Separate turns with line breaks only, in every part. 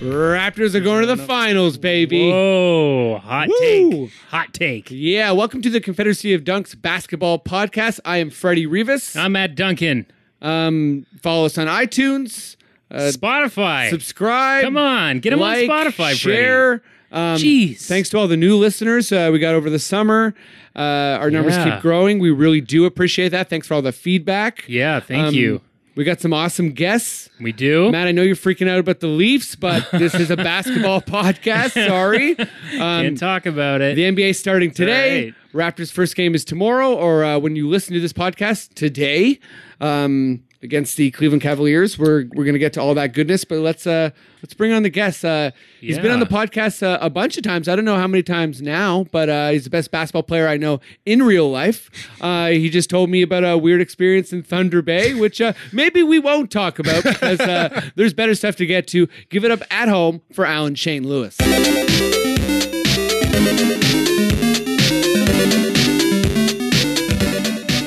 Raptors are going to the finals, baby.
Whoa, hot
Woo!
take. Hot take.
Yeah, welcome to the Confederacy of Dunks basketball podcast. I am Freddie Rivas.
I'm at Duncan.
Um, follow us on iTunes. Uh,
Spotify.
subscribe.
Come on, get 'em on
like,
Spotify,
Share. Um,
Jeez.
Thanks to all the new listeners uh, we got over the summer. Uh, our numbers
Yeah.
keep growing. We really do appreciate that. Thanks for all the feedback.
Yeah, thank
Um,
you. Oh.
We got some awesome guests.
We do.
Matt, I know you're freaking out about the Leafs, but this is a basketball podcast. Sorry. Um,
Can't talk about it.
The NBA starting today.
Right.
Raptors' first game is tomorrow, or uh, when you listen to this podcast today um, against the Cleveland Cavaliers. We're we're gonna get to all that goodness, but let's uh, let's bring on the guest. Uh, He's been on
Yeah.
the podcast uh, a bunch of times. I don't know how many times now, but uh, he's the best basketball player I know in real life. Uh, he just told me about a weird experience in Thunder Bay, which uh, maybe we won't talk about because uh, there's better stuff to get to. Give it up at home for Alan Shane Lewis.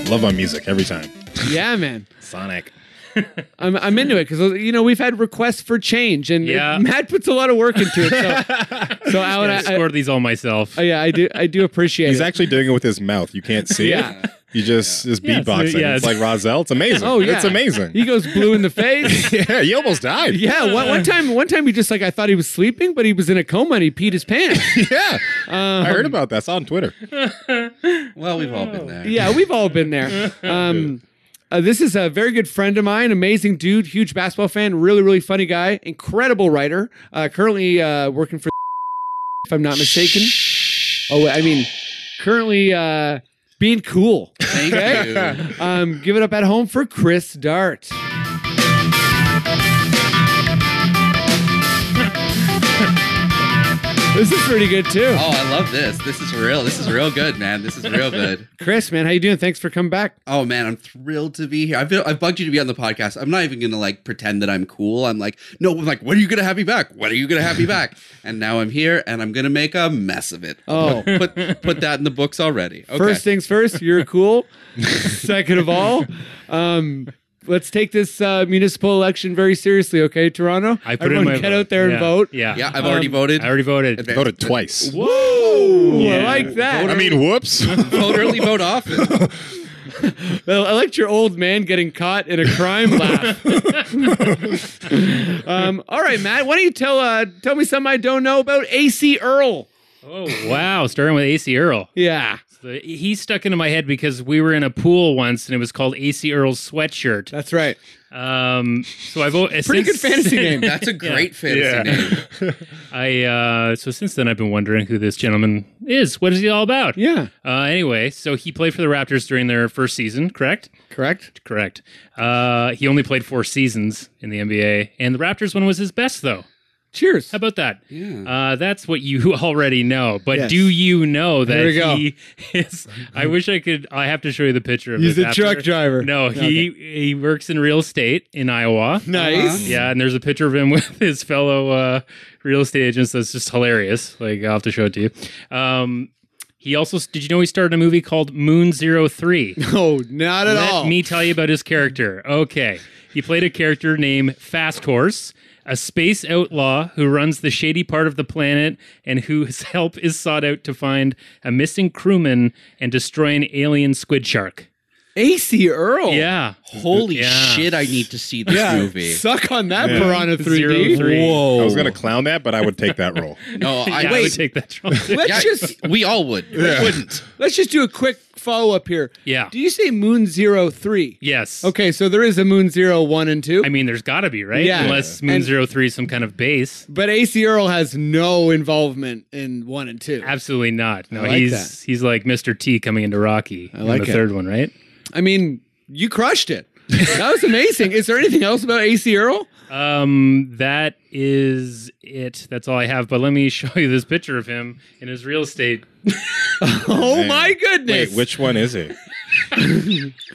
Love my music every time.
Yeah, man.
Sonic.
I'm, I'm into it because you know we've had requests for change, and
Yeah.
Matt puts a lot of work into it. So, so Alan,
I
I,
scored these all myself.
I, yeah, I do, I do appreciate
He's
it.
actually doing it with his mouth. You can't see
Yeah.
it. You just is
Yeah, so-
beatboxing.
yeah.
It's like Roselle. It's amazing.
Oh yeah,
it's amazing.
He goes blue in the face.
yeah, you almost died.
yeah, one, one time, one time he just like I thought he was sleeping, but he was in a coma and he peed his pants.
yeah. I heard about that. I saw it on Twitter.
Well, we've all been there.
yeah, we've all been there. Um, uh, this is a very good friend of mine, amazing dude, huge basketball fan, really, really funny guy, incredible writer. Uh, currently uh, working for, if I'm not mistaken. Oh, wait, I mean, currently uh, being cool.
Thank you.
Um, give it up at home for Chris Dart. this is pretty good too,
Oh, I love this. This is real. This is real good, man. This is real good.
Chris. Man, how you doing? Thanks for coming back.
Oh man, I'm thrilled to be here. I feel I've bugged you to be on the podcast. I'm not even gonna like pretend that I'm cool. I'm like, no, I'm like, when are you gonna have me back? When are you gonna have me back? And now I'm here and I'm gonna make a mess of it.
Oh.
put put that in the books already. Okay.
First things first, you're cool. Second of all, um, let's take this uh, municipal election very seriously, okay, Toronto?
I put
Everyone
in my
get
vote.
out there
yeah.
and vote.
Yeah.
yeah, I've already voted.
Um, I already voted.
Okay.
Voted twice.
Whoa! I
Yeah.
like that.
I mean, whoops.
Vote early, vote often.
Well, I liked your old man getting caught in a crime laugh. um, all right, Matt, why don't you tell uh, tell me something I don't know about AC Earl?
Oh, wow. Starting with AC Earl.
Yeah,
The- He stuck into my head because we were in a pool once and it was called AC Earl's sweatshirt.
that's right.
Um, so I've o-
Pretty good fantasy name.
That's a great fantasy
Yeah.
name.
I uh, so since then I've been wondering who this gentleman is. What is he all about?
Yeah,
Uh, anyway, so he played for the Raptors during their first season, correct?
correct.
Correct. Uh, he only played four seasons in the NBA, and the Raptors one was his best, though.
Cheers.
How about that? Uh, that's what you already know. But
Yes.
do you know
There
that
we go.
he is? I wish I could. I have to show you the picture of
He's
this
a
after.
truck driver.
No, he he works in real estate in Iowa. Uh,
Nice.
Yeah, and there's a picture of him with his fellow uh, real estate agents. That's just hilarious. Like I'll have to show it to you. Um, he also did you know he started a movie called Moon Zero Three?
No, not at
Let
all.
me tell you about his character. Okay, he played a character named Fast Horse, a space outlaw who runs the shady part of the planet and whose help is sought out to find a missing crewman and destroy an alien squid shark.
AC Earl.
Yeah,
Holy
Yeah.
shit, I need to see this movie.
Suck on that
Yeah.
Piranha 3D.
Zero three.
I was going to clown that, but I would take that role.
No, I
yeah, I would
wait.
take that. role.
Let's
Yeah,
just
we all would. We wouldn't.
let's just do a quick follow up here.
Yeah.
Do you say Moon Zero Three?
yes.
Okay, so there is a Moon Zero One and Two.
I mean, there's got to be, right?
Yeah.
Unless Moon
And-
Zero Three is some kind of base.
but AC Earl has no involvement in one and two.
Absolutely not. No,
like
he's he's like Mr. T coming into Rocky. I
like
the
it.
third one, right?
I mean, you crushed it. That was amazing. Is there anything else about AC Earl?
Um, that is it. That's all I have. But let me show you this picture of him in his real estate.
Oh my
Wait,
goodness!
which one is it?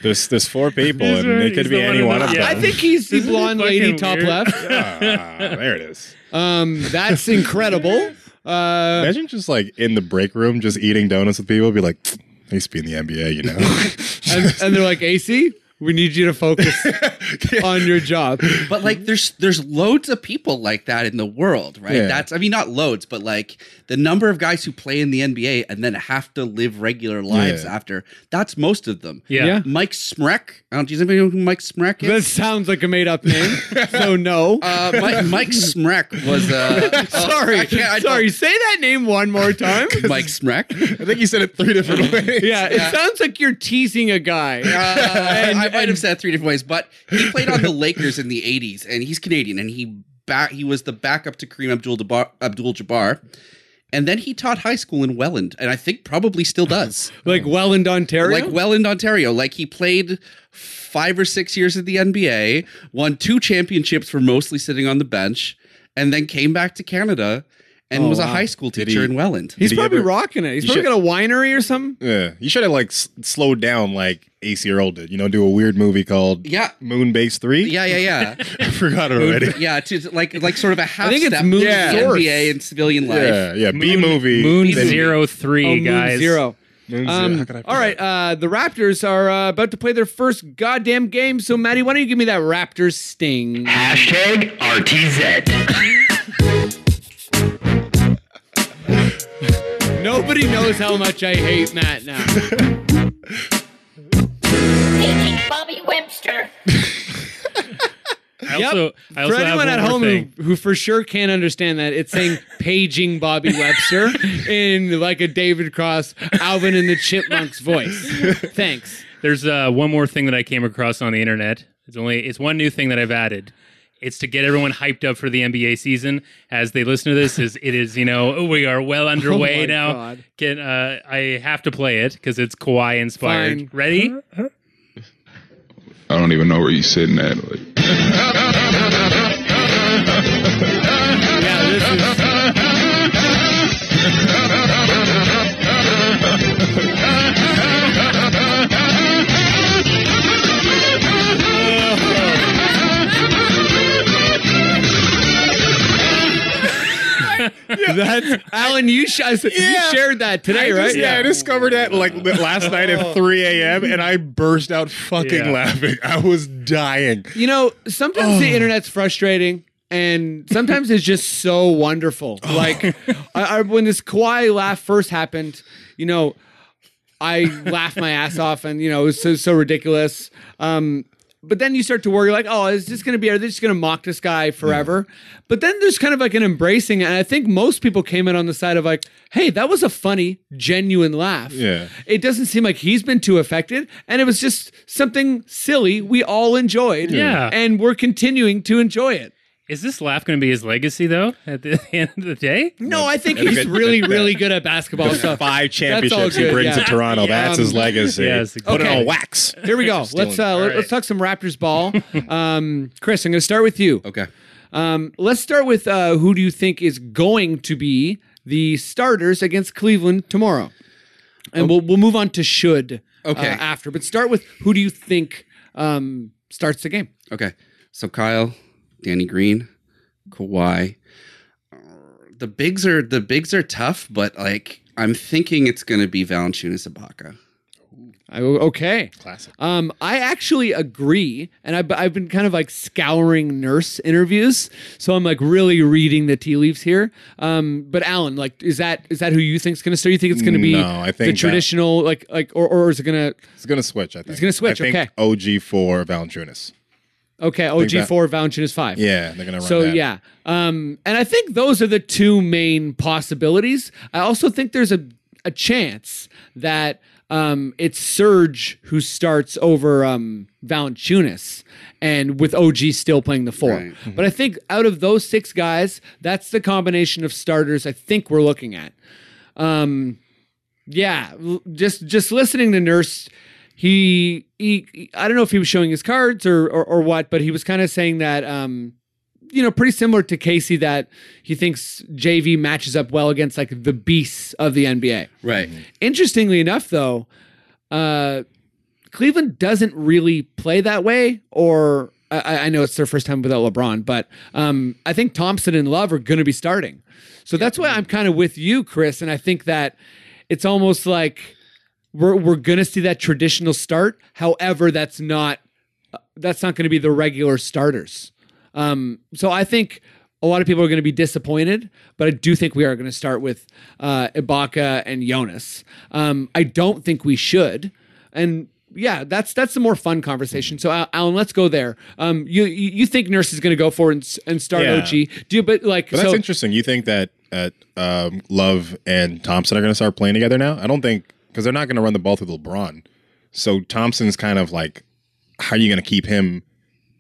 There's there's four people,
He's
and
right,
it
he's
could be
the one
any
in
one
the-
of them.
yeah.
I think he's the
Isn't it
blonde
fucking
lady top
weird?
left.
Ah, there it is.
Um, that's incredible. Uh,
Imagine just like in the break room, just eating donuts with people. Be like, I used to be in the NBA, you know.
and, and they're like, AC, we need you to focus on your job.
But
Mm-hmm.
like, there's there's loads of people like that in the world, right?
Yeah.
That's I mean, not loads, but like the number of guys who play in the NBA and then have to live regular lives
Yeah.
after. That's most of them.
Yeah.
Yeah.
Mike Smrek. I don't. Do you know who Mike Smrek
That
is?
sounds like a made up name. So no.
Uh, Mike, Mike Smrek was. Uh,
sorry.
I can't- I don't-
sorry. Say that name one more time.
Mike Smrek.
I think you said it three different ways.
Yeah, it sounds like you're teasing a guy.
Uh,
And-
I might
and-
have said it three different ways, but he played on the Lakers in the '80s, and he's Canadian, and he back he was the backup to Kareem Abdul-Jabbar, Abdul-Jabbar, and then he taught high school in Welland, and I think probably still does,
like Welland, Ontario.
like Welland, Ontario. Like he played five or six years at the NBA, won two championships for mostly sitting on the bench, and then came back to Canada and
Oh,
was a
wow.
high school
Did
teacher
he-
in Welland.
He's
Did he
probably
ever-
rocking it. He's
You
probably
should-
got a winery or something.
Yeah. You should have like s- slowed down like AC Earl did. You know, do a weird movie called
Yeah.
Moonbase Three.
Yeah, yeah, yeah.
I forgot it already.
yeah, to like like sort of a half
think it's
step
Moon
between
Source.
NBA and civilian life.
Yeah, yeah. B movie.
Moon
Then-
Zero
Oh,
Three,
Moon
guys.
Zero.
Moon Zero.
Um,
How could I
all right,
forget?
uh, the Raptors are uh, about to play their first goddamn game. So, Maddie, why don't you give me that Raptors sting?
Hashtag RTZ.
Nobody knows how much I hate Matt now.
Teaching Bobby Webster.
I also, I also
for
have
anyone at
one more
home
thing.
who, who for sure can't understand that, it's saying paging Bobby Webster in like a David Cross, Alvin and the Chipmunks voice. Thanks.
There's uh, one more thing that I came across on the internet. It's only it's one new thing that I've added. It's to get everyone hyped up for the NBA season as they listen to this. Is it is you know oh, we are well underway
my
now.
God.
Can uh, I have to play it because it's Kawhi inspired.
Fine.
Ready?
I don't even know where you're sitting at. Like,
Yeah, this is that's Alan. You, sh- I said,
Yeah.
you shared that today,
I
right?
just- Yeah, I discovered that like li- last night
Oh.
at 3 a.m. and I burst out fucking
Yeah.
laughing. I was dying.
You know, sometimes the internet's frustrating. And sometimes it's just so wonderful. Like I, I, when this Kawhi laugh first happened, you know, I laughed my ass off, and you know it was so so ridiculous. Um, but then you start to worry, like, oh, is this going to be? Are they just going to mock this guy forever? But then there's kind of like an embracing, and I think most people came in on the side of like, hey, that was a funny, genuine laugh.
Yeah.
it doesn't seem like he's been too affected, and it was just something silly we all enjoyed.
Yeah.
and we're continuing to enjoy it.
Is this laugh going to be his legacy though? At the end of the day,
No, I think
That's
he's
good.
really,
That's good.
really good at basketball stuff.
Five
all
championships he
good,
brings
yeah.
to Toronto. That's his
Um,
legacy.
yes,
Put
okay.
it on wax.
Here we go.
Stealing.
Let's uh,
All
let-
right.
let's talk some Raptors ball. um, Chris, I'm going to start with you.
Okay.
Um, let's start with uh, who do you think is going to be the starters against Cleveland tomorrow, and we'll we'll move on to should
Okay.
uh, after, but start with who do you think um, starts the game?
Okay. So Kyle, Danny Green, Kawhi. Uh, The bigs are the bigs are tough, but like I'm thinking it's gonna be Valanciunas Ibaka.
I, okay.
Classic.
Um, I actually agree, and I've, I've been kind of like scouring nurse interviews, so I'm like really reading the tea leaves here. Um, but Alan, like, is that is that who you think's going to start? You think it's going to be
No, I think
the
that-
traditional, like, like, or or is it going to
It's gonna switch. I think
gonna switch,
I think
okay.
OG four Valanciunas.
okay? OG
that-
four, Valanciunas five.
Yeah, they're gonna run.
So
that.
yeah, um, and I think those are the two main possibilities. I also think there's a a chance that um, it's Serge who starts over um, Valanciunas, and with OG still playing the four.
Right.
But I think out of those six guys, that's the combination of starters I think we're looking at. Um, yeah, l- just just listening to Nurse, he, he I don't know if he was showing his cards or or, or what, but he was kind of saying that um, you know, pretty similar to Casey that he thinks JV matches up well against like the beasts of the NBA.
Right.
Interestingly enough, though, uh, Cleveland doesn't really play that way, or I, I know it's their first time without LeBron, but um, I think Thompson and Love are going to be starting. So that's why I'm kind of with you, Chris, and I think that it's almost like we're we're going to see that traditional start. However, that's not that's not going to be the regular starters. Um, so I think a lot of people are going to be disappointed, but I do think we are going to start with uh, Ibaka and Jonas. Um, I don't think we should, and yeah, that's that's the more fun conversation. So Al- Alan, let's go there. Um, you you you think Nurse is going to go for and, s- and start
Yeah.
OG? Do you, but like
But that's
so
interesting. You think that uh, um, Love and Thompson are going to start playing together now? I don't think because they're not going to run the ball through LeBron. So Thompson's kind of like, how are you going to keep him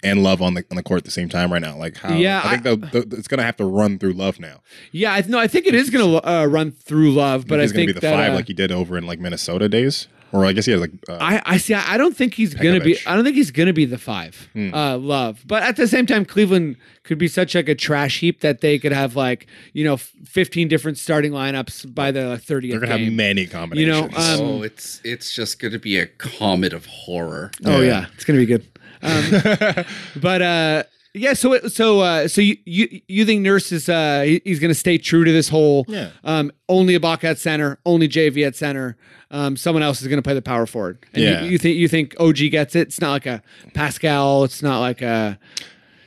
and Love on the on the court at the same time right now? Like, how?
Yeah,
I think the, the, it's going to have to run through Love now.
yeah, I, no, I think it is going to uh, run through love, but I
he's
think
going to be the
that,
five
uh,
like he did over in like Minnesota days, or I guess he has like. Uh,
I, I see. I I don't think he's gonna be.
Pekovic.
I don't think he's gonna be the five.
Hmm.
Uh, love, but at the same time, Cleveland could be such like a trash heap that they could have like you know f- fifteen different starting lineups by the thirtieth.
they're going to have many combinations.
You know, um,
oh, it's it's just going to be a comet of horror.
Oh
Yeah.
yeah, it's gonna be good. Um, but uh, yeah, so it, so uh, so you, you you think Nurse is uh, he- he's gonna stay true to this whole
Yeah.
um, only Ibaka at center, only JV at center. Um, someone else is gonna play the power forward. And
Yeah.
you, you think you think OG gets it? It's not like a Pascal. It's not like a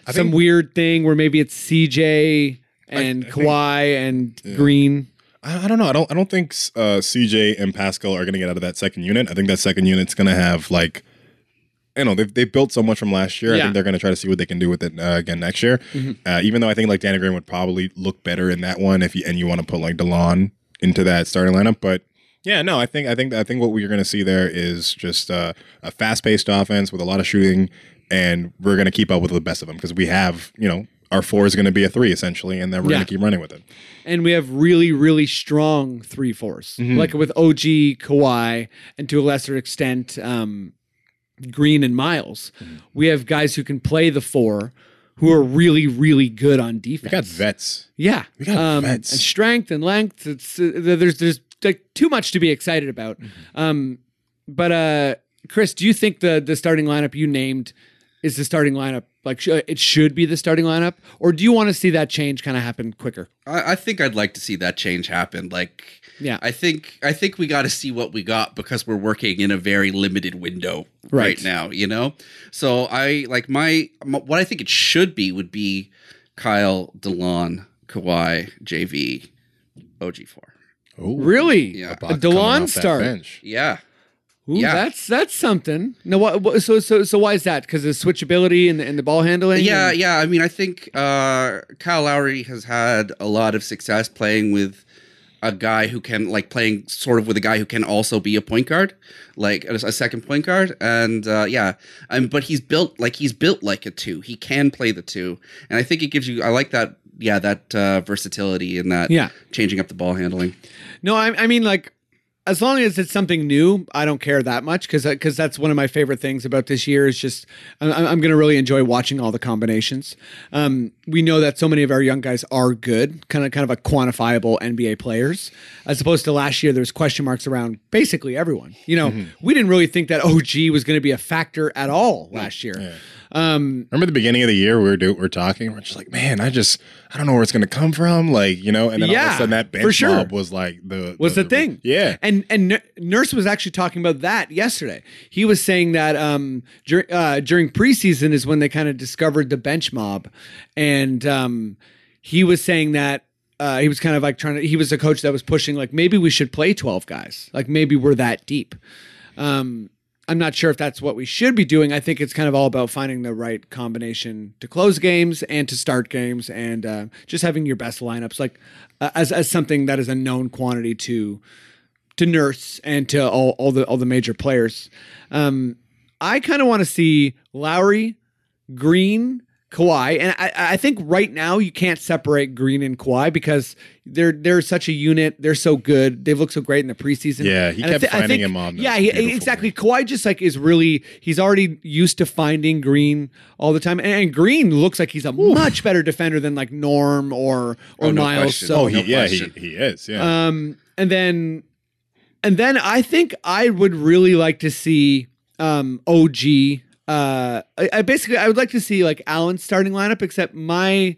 some
think-
weird thing where maybe it's CJ and
I think-
Kawhi and Green.
I, I don't know. I don't. I don't think uh, CJ and Pascal are going to get out of that second unit. I think that second unit's going to have like, you know, they've they built so much from last year.
Yeah.
I
Mm-hmm.
think they're going to try to see what they can do with it uh, again next year. Uh, even though I think like Danny Green would probably look better in that one if you and you want to put like Delon into that starting lineup, but. Yeah, no, I think I think I think what we're going to see there is just uh, a fast-paced offense with a lot of shooting, and we're going to keep up with the best of them because we have, you know, our four is going to be a three essentially, and then we're
Yeah.
going to keep running with it.
and we have really, really strong three fours,
Mm-hmm.
like with OG, Kawhi, and to a lesser extent, um, Green and Miles.
Mm-hmm.
We have guys who can play the four, who are really, really good on defense.
We got vets.
yeah, Um,
we got
and
vets.
strength and length. It's uh, there's there's like too much to be excited about.
Mm-hmm.
Um, but uh, Chris, do you think the the starting lineup you named? Is the starting lineup like sh- it should be the starting lineup, or do you want to see that change kind of happen quicker?
I, I think I'd like to see that change happen. Like,
Yeah.
I think I think we got to see what we got because we're working in a very limited window right,
Right.
now. You know, so I like my, my what I think it should be would be Kyle, Delon, Kawhi, JV, OG four.
Ooh.
Really?
Yeah.
A
Ibaka
coming off
DeLon
that
start.
bench.
Yeah,
Ooh,
Yeah.
that's that's something. No, what, what- So so so why is that? Because the switchability and the, and the ball handling.
yeah,
and-
yeah. I mean, I think uh, Kyle Lowry has had a lot of success playing with a guy who can like playing sort of with a guy who can also be a point guard, like a, a second point guard, and uh, yeah, um, but he's built like he's built like a two. He can play the two, and I think it gives you. I like that. Yeah, that uh, versatility and that
Yeah.
changing up the ball handling.
No, I, I mean like. As long as it's something new, I don't care that much because because that's one of my favorite things about this year is just I'm, I'm going to really enjoy watching all the combinations. Um, we know that so many of our young guys are good, kind of kind of a quantifiable NBA players, as opposed to last year. There was question marks around basically everyone. You know,
Mm-hmm.
we didn't really think that OG was going to be a factor at all last year.
Remember the beginning of the year we were do, we we're talking, we're just like, man, I just I don't know where it's gonna come from, like you know, and then all of
Yeah,
a sudden that
for
bench
sure.
mob was like the
was the, thing.
yeah,
and and N- Nurse was actually talking about that yesterday. He was saying that um dur- uh, during preseason is when they kind of discovered the bench mob, and um he was saying that. Uh, he was kind of like trying to. He was a coach that was pushing, like maybe we should play twelve guys. Like maybe we're that deep. Um, I'm not sure if that's what we should be doing. I think it's kind of all about finding the right combination to close games and to start games, and uh, just having your best lineups, like uh, as as something that is a known quantity to to Nurse and to all, all the all the major players. Um, I kind of want to see Lowry, Green, Kawhi, and I, I think right now you can't separate Green and Kawhi because they're they're such a unit. They're so good. They've looked so great in the preseason.
Yeah, he
And I
kept
thi- I
finding
think-
him on the
Yeah, he,
beautiful
exactly. Kawhi just like is really he's already used to finding Green all the time, and, and Green looks like he's a much better defender than like Norm or or
Oh, no
Miles.
question.
So Uh,
oh he,
no
yeah he,
question.
he is yeah.
um, and then, and then I think I would really like to see um, OG. Uh, I, I basically I would like to see like Allen's starting lineup, except my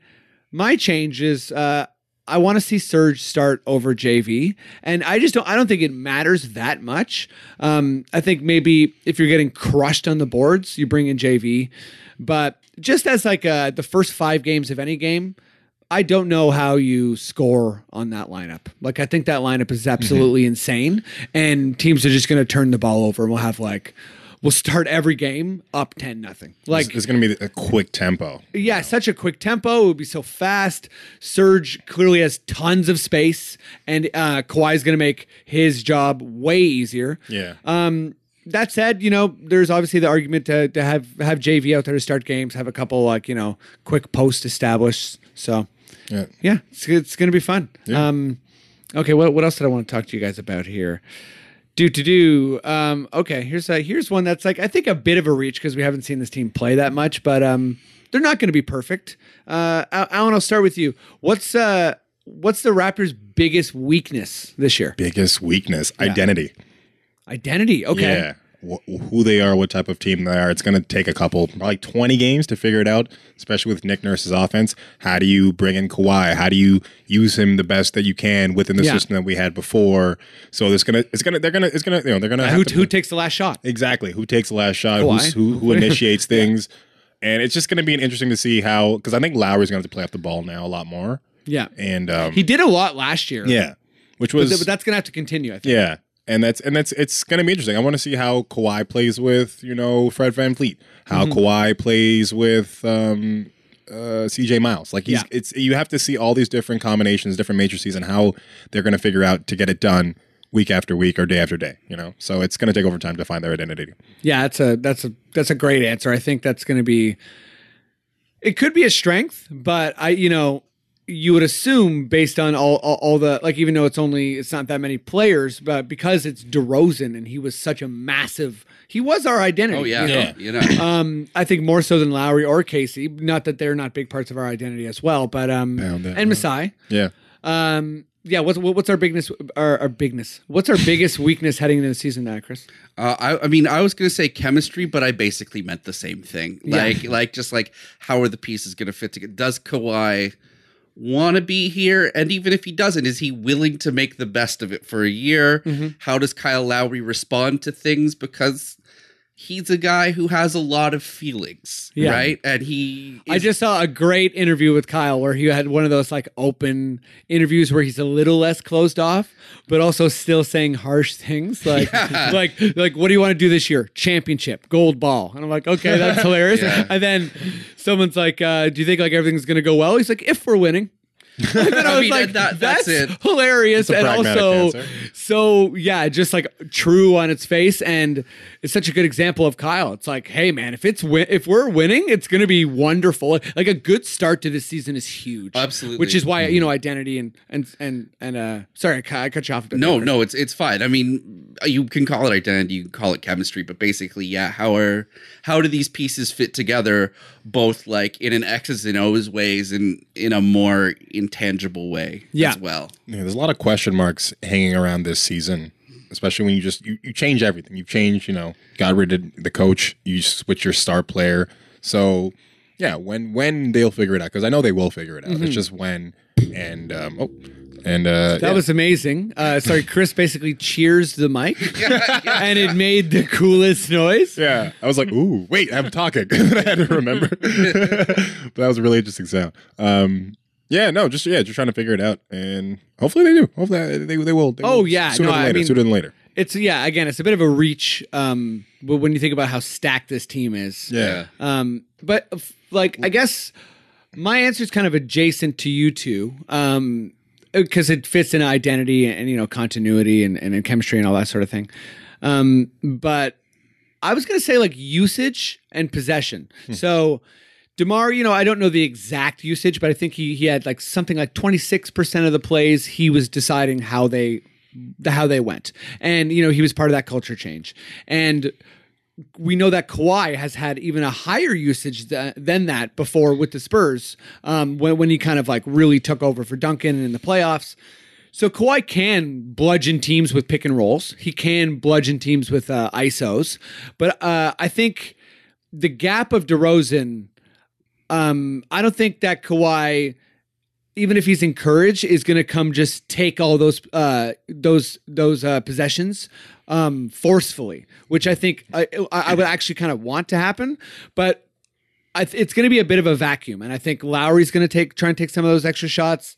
my change is uh, I want to see Surge start over JV, and I just don't I don't think it matters that much. Um, I think maybe if you're getting crushed on the boards, you bring in JV, but just as like uh, the first five games of any game. I don't know how you score on that lineup. Like, I think that lineup is absolutely insane, and teams are just going to turn the ball over, and we'll have like, we'll start every game up ten nothing. Like,
it's, going to be a quick tempo.
yeah, such a quick tempo. It would be so fast. Surge clearly has tons of space, and uh, Kawhi's going to make his job way easier.
Yeah.
Um, that said, you know, there's obviously the argument to, to have have JV out there to start games, have a couple like you know quick posts established. So
yeah.
yeah, it's, it's going to be fun. Um, okay, what what else did I want to talk to you guys about here? Do to do. Um, okay, here's a, here's one that's like I think a bit of a reach because we haven't seen this team play that much, but um, they're not going to be perfect. Uh, Al- Alan, I'll start with you. What's uh, what's the Raptors' biggest weakness this year?
Biggest weakness identity.
Identity. Okay.
Yeah. Wh- who they are, what type of team they are. It's going to take a couple, probably 20 games to figure it out, especially with Nick Nurse's offense. How do you bring in Kawhi? How do you use him the best that you can within the
Yeah.
system that we had before? So there's going to, it's going to, they're going to, it's going to, you know, they're going to,
Who, who takes the last shot?
Exactly. Who takes the last shot?
Kawhi.
who's- Who who initiates things? And it's just going to be interesting to see how because I think Lowry's going to have to play off the ball now a lot more.
Yeah.
And um,
He did a lot last year.
yeah, which
But,
was
th- but that's going to have to continue, I think.
yeah, and that's and that's it's going to be interesting. I want to see how Kawhi plays with you know Fred Van Fleet, how Kawhi plays with um, uh, CJ Miles. Like he's it's you have to see all these different combinations, different matrices, and how they're going to figure out to get it done week after week or day after day. You know, so it's going to take over time to find their identity.
Yeah, that's a that's a that's a great answer. I think that's going to be it could be a strength, but I you know you would assume based on all, all all the like even though it's only it's not that many players, but because it's DeRozan and he was such a massive he was our identity.
Oh yeah,
you know?
you know.
Um, I think more so than Lowry or Casey. Not that they're not big parts of our identity as well, but um,
Pound that
uh,
and
rock.
Masai.
Yeah.
Um, yeah. What's what's our bigness? Our, our bigness. What's our biggest weakness heading into the season, now, Chris?
Uh, I, I mean, I was going to say chemistry, but I basically meant the same thing.
Yeah.
Like, like just like how are the pieces going to fit together? Does Kawhi want to be here? And even if he doesn't, is he willing to make the best of it for a year?
Mm-hmm.
How does Kyle Lowry respond to things? Because he's a guy who has a lot of feelings,
Yeah.
right? And he,
I
is-
just saw a great interview with Kyle where he had one of those like open interviews where he's a little less closed off, but also still saying harsh things like like like what do you want to do this year? Championship, gold ball. And I'm like, okay, that's hilarious. And then someone's like, uh, do you think like everything's gonna go well? He's like, if we're winning. and then I,
I
was
mean,
like,
that-
that's,
that's
it.
it.
hilarious,
a
and
pragmatic
also
answer.
so yeah, just like true on its face, and it's such a good example of Kyle. It's like, hey man, if it's win- if we're winning, it's gonna be wonderful. Like a good start to this season is huge,
Absolutely.
Which is why
Mm-hmm.
you know identity and and and and uh, sorry, I cut, I cut you off. A bit
no,
there.
no, it's it's fine. I mean, you can call it identity, you can call it chemistry, but basically, yeah, how are how do these pieces fit together, both like in an X's and O's ways and in a more intangible way
Yeah.
as well.
Yeah, there's a lot of question marks hanging around this season, especially when you just you, you change everything. You change, you know, got rid of the coach, you switch your star player. So yeah, when when they'll figure it out because I know they will figure it out. It's just when and um oh and uh
Mm-hmm. That
yeah.
was amazing. Uh, sorry, Chris basically cheers the mic, and it made the coolest noise.
yeah, I was like, "Ooh, wait, I'm talking." I had to remember. but that was a really interesting sound. Um, yeah, no, just yeah, just trying to figure it out, and hopefully they do. Hopefully uh, they they will. They
Oh,
will
yeah,
sooner
no,
than
I
later.
mean-
sooner than later.
It's yeah, again, it's a bit of a reach. Um, but when you think about how stacked this team is,
Yeah,
Um, but f- like, I guess my answer is kind of adjacent to you two, um, because it fits in identity and, you know continuity and and in chemistry and all that sort of thing. Um, but I was gonna say like usage and possession. So. Demar, you know, I don't know the exact usage, but I think he he had like something like twenty six percent of the plays he was deciding how they the how they went, and you know he was part of that culture change. And we know that Kawhi has had even a higher usage th- than that before with the Spurs um, when, when he kind of like really took over for Duncan in the playoffs. So Kawhi can bludgeon teams with pick and rolls. He can bludgeon teams with uh, ISOs. But uh, I think the gap of DeRozan, um, I don't think that Kawhi, even if he's encouraged, is going to come just take all those uh, those those uh, possessions um, forcefully, which I think I, I I would actually kind of want to happen. But I th- it's going to be a bit of a vacuum, and I think Lowry's going to take try and take some of those extra shots.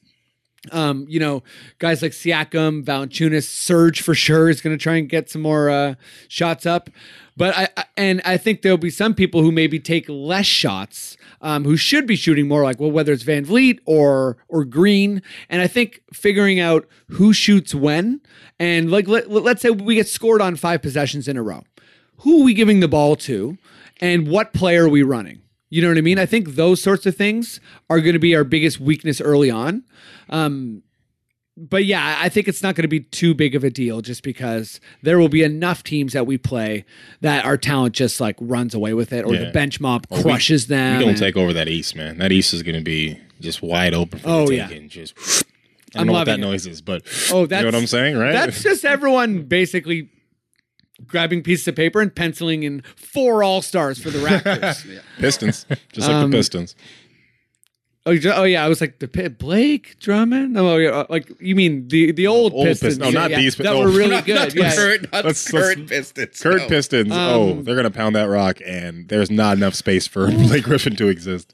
Um, you know, guys like Siakam, Valanciunas, Serge for sure is going to try and get some more uh, shots up. But I, I and I think there'll be some people who maybe take less shots, um, who should be shooting more. Like well, whether it's Van Vliet or or Green, and I think figuring out who shoots when, and like let, let's say we get scored on five possessions in a row, who are we giving the ball to, and what player are we running? You know what I mean? I think those sorts of things are going to be our biggest weakness early on. Um, but yeah, I think it's not going to be too big of a deal just because there will be enough teams that we play that our talent just like runs away with it or the
Yeah.
bench mob crushes them.
You're gonna
and-
take over that East, man. That East is gonna be just wide open for
Oh,
the
yeah.
taking. Just I don't
I'm
know what that
loving it.
noise is, but
Oh,
you
that's
know what I'm saying, right?
That's just everyone basically grabbing pieces of paper and penciling in four all stars for the Raptors.
Pistons, just like
Um,
the Pistons.
Oh, you- oh yeah, I was like the Pi- Blake Drummond. No, oh, yeah, uh, like you mean the the old
Old
Pistons?
Pistons. No,
Yeah,
not
yeah,
these, but
that
no.
were really
Not-
good.
not
yeah.
current, not
Let's- let's-
current Pistons.
Current
no.
Pistons. oh,
Um,
they're gonna pound that rock, and there's not enough space for Blake Griffin to exist.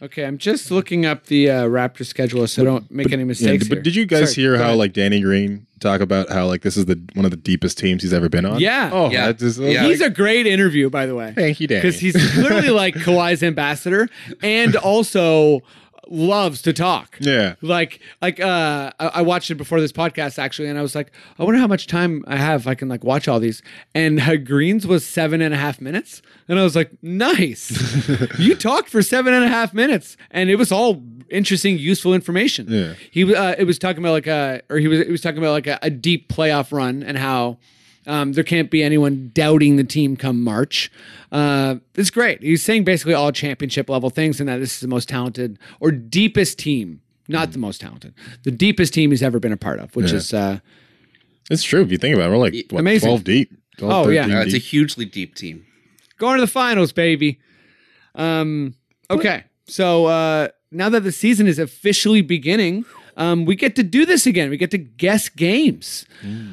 Okay, I'm just looking up the uh, Raptor schedule so I don't make any
Yeah,
mistakes.
but
here.
did you guys
Sorry,
hear
go
how
ahead.
like Danny Green talk about how like this is the one of the deepest teams he's ever been on?
Yeah.
Oh,
Yeah.
That just,
Yeah.
He's a great interview, by the way.
thank you, Danny.
because he's clearly like Kawhi's ambassador and also loves to talk.
Yeah.
Like, like uh, I, I watched it before this podcast actually, and I was like, I wonder how much time I have. if I can like watch all these. And her greens was seven and a half minutes, and I was like, nice. you talked for seven and a half minutes, and it was all interesting, useful information.
Yeah.
He uh, it was talking about like a, or he was it was talking about like a, a deep playoff run and how um, there can't be anyone doubting the team come March. Uh, it's great. He's saying basically all championship level things, and that this is the most talented or deepest team, not the most talented, the deepest team he's ever been a part of, which is uh,
it's true if you think about it. We're like what,
Amazing.
twelve deep. 12,
Oh, yeah.
13
Uh, it's a
deep.
hugely deep team.
going to the finals, baby. Um, okay, so uh, now that the season is officially beginning, um, we get to do this again. We get to guess games.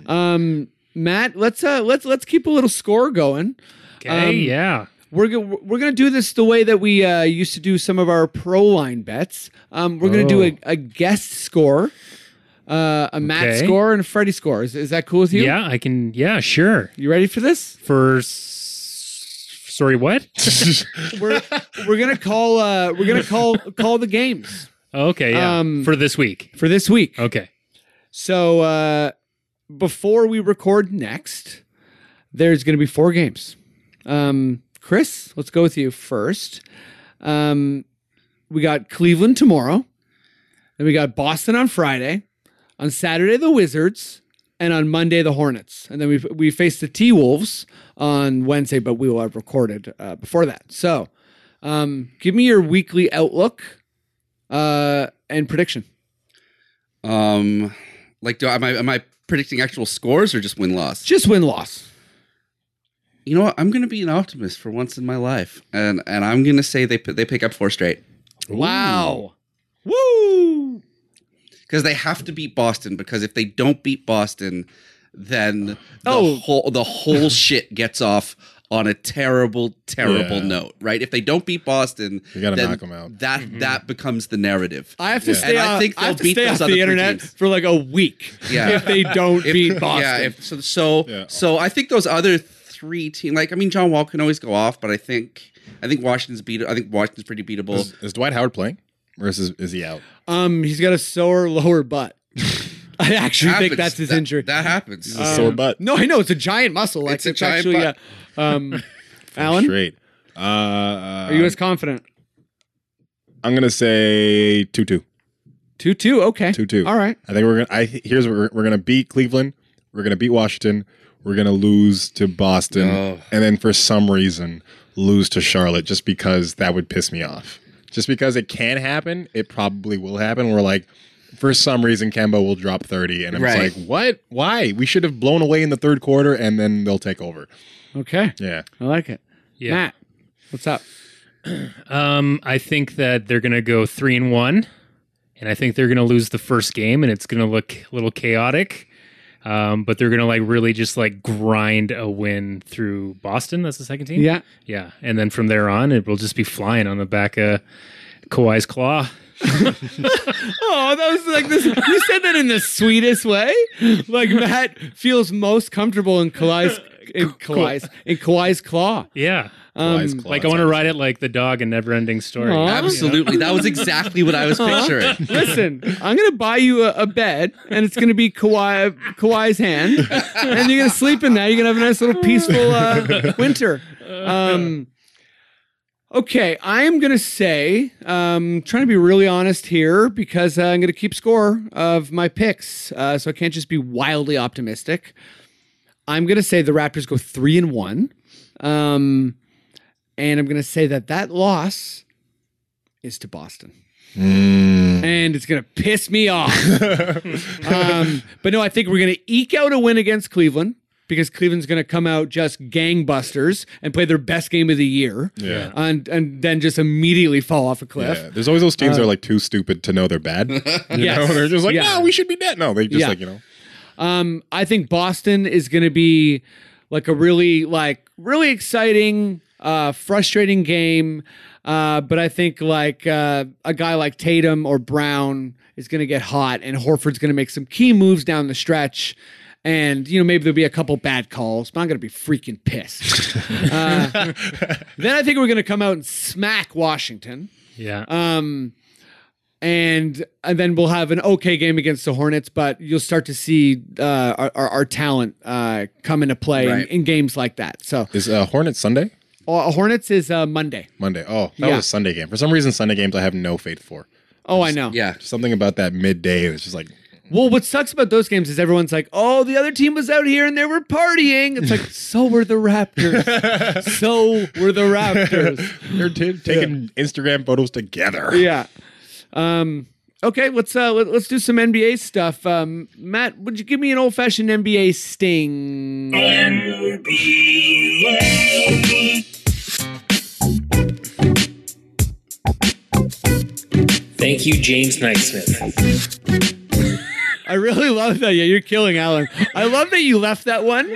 Um, Matt, let's uh, let's let's keep a little score going.
Okay,
Um,
yeah.
We're go- we're gonna do this the way that we uh, used to do some of our pro line bets. Um, we're gonna do a, a guest score, uh, a Matt
Oh. Okay.
score, and a Freddie score. Is, is that cool with you?
Yeah, I can. Yeah, sure.
You ready for this?
For s- sorry, what?
We're we're gonna call uh, we're gonna call call the games
Okay, yeah.
Um,
for this week.
for this week.
Okay.
So uh, before we record next, there's going to be four games. Um, Chris, let's go with you first. Um, we got Cleveland tomorrow, and we got Boston on Friday. On Saturday, the Wizards, and on Monday, the Hornets. And then we we face the T Wolves on Wednesday, but we will have recorded uh, before that. So, um, give me your weekly outlook uh, and prediction.
Um, like, do, am I am I predicting actual scores or just win loss?
Just win loss.
You know what? I'm going to be an optimist for once in my life, and and I'm going to say they p- they pick up four straight
Wow. Woo!
because they have to beat Boston. Because if they don't beat Boston, then the
Oh.
whole the whole shit gets off on a terrible terrible
Yeah.
note, right? If they don't beat Boston,
You gotta
then
knock 'em out.
That that becomes the narrative.
I have to
Yeah.
stay
And I
off,
think
I have
they'll
to
beat
stay
those
off
other
the
three
internet
teams.
for like a week
Yeah.
if they don't
If-
beat Boston.
Yeah, if, so, so
Yeah.
so I think those other three teams, like I mean, John Wall can always go off, but I think I think Washington's beat. I think Washington's pretty beatable.
Is, is Dwight Howard playing, or is, is he out?
um, he's got a sore lower butt. I actually think
Happens.
that's his
That-
injury.
That happens.
Um,
It's a sore butt.
no, I know it's a giant muscle. Like, it's,
It's a giant
actually
butt.
uh, um, Alan,
Straight. Uh, uh,
are you as confident?
I'm gonna say two two.
Two two. Okay.
2-2.
All right.
I think we're gonna. I here's what we're, we're gonna beat Cleveland. We're gonna beat Washington. We're gonna lose to Boston,
Oh.
and then for some reason lose to Charlotte, just because that would piss me off. Just because it can happen, it probably will happen. We're like, for some reason Kemba will drop 30 and I'm just
Right.
like, "What? Why? We should have blown away in the third quarter and then they'll take over."
Okay.
Yeah.
I like it.
Yeah.
Matt, what's up?
Um, I think that they're going to go three and one, and I think they're going to lose the first game, and it's going to look a little chaotic. Um, but they're going to like really just like grind a win through Boston. That's the second team.
Yeah.
yeah, and then from there on, it will just be flying on the back of Kawhi's claw.
Oh, that was like this. You said that in the sweetest way. Like Matt feels most comfortable in Kawhi's in Kawhi's in Kawhi's claw.
Yeah,
Um,
Kawhi's claw,
like I
it's
want to
always-
ride it like the dog in Neverending Story.
Aw.
Absolutely. That was exactly what I was
Uh-huh.
picturing.
Listen, I'm gonna buy you a, a bed, and it's gonna be Kawhi Kawhi's hand, and you're gonna sleep in that. You're gonna have a nice little peaceful uh, winter. Um, okay, I am gonna say, um, trying to be really honest here because uh, I'm gonna keep score of my picks, uh, so I can't just be wildly optimistic. I'm gonna say the Raptors go three and one, um, and I'm gonna say that that loss is to Boston and it's going to piss me off. um, but no, I think we're going to eke out a win against Cleveland because Cleveland's going to come out just gangbusters and play their best game of the year.
Yeah.
And, and then just immediately fall off a cliff.
Yeah. There's always those teams that are like too stupid to know they're bad. You
Uh, Yes.
know, they're just like,
Yeah.
"No, we should be dead." No, they just
Yeah.
like, you know.
Um, I think Boston is going to be like a really like really exciting, uh, frustrating game. Uh, but I think like uh, a guy like Tatum or Brown is going to get hot, and Horford's going to make some key moves down the stretch. And you know maybe there'll be a couple bad calls, but I'm gonna be freaking pissed. uh, then I think we're gonna come out and smack Washington.
Yeah,
Um, and and then we'll have an okay game against the Hornets, but you'll start to see uh, our, our, our talent uh, come into play
Right.
in, in games like that. So
Is uh, Hornets Sunday?
uh, Hornets is uh, Monday.
Monday. Oh, that
Yeah.
was a Sunday game. For some reason Sunday games I have no faith for.
Oh, I know.
Yeah.
Something about that midday it's just like
Well, what sucks about those games is everyone's like, "Oh, the other team was out here and they were partying." It's like, so were the Raptors. so were the Raptors.
they're t- taking Instagram photos together.
Yeah. Um. Okay. Let's uh. Let, let's do some NBA stuff. Um. Matt, would you give me an old fashioned NBA sting?
Thank you, James Naismith.
I really love that. Yeah, you're killing Alan. I love that you left that one.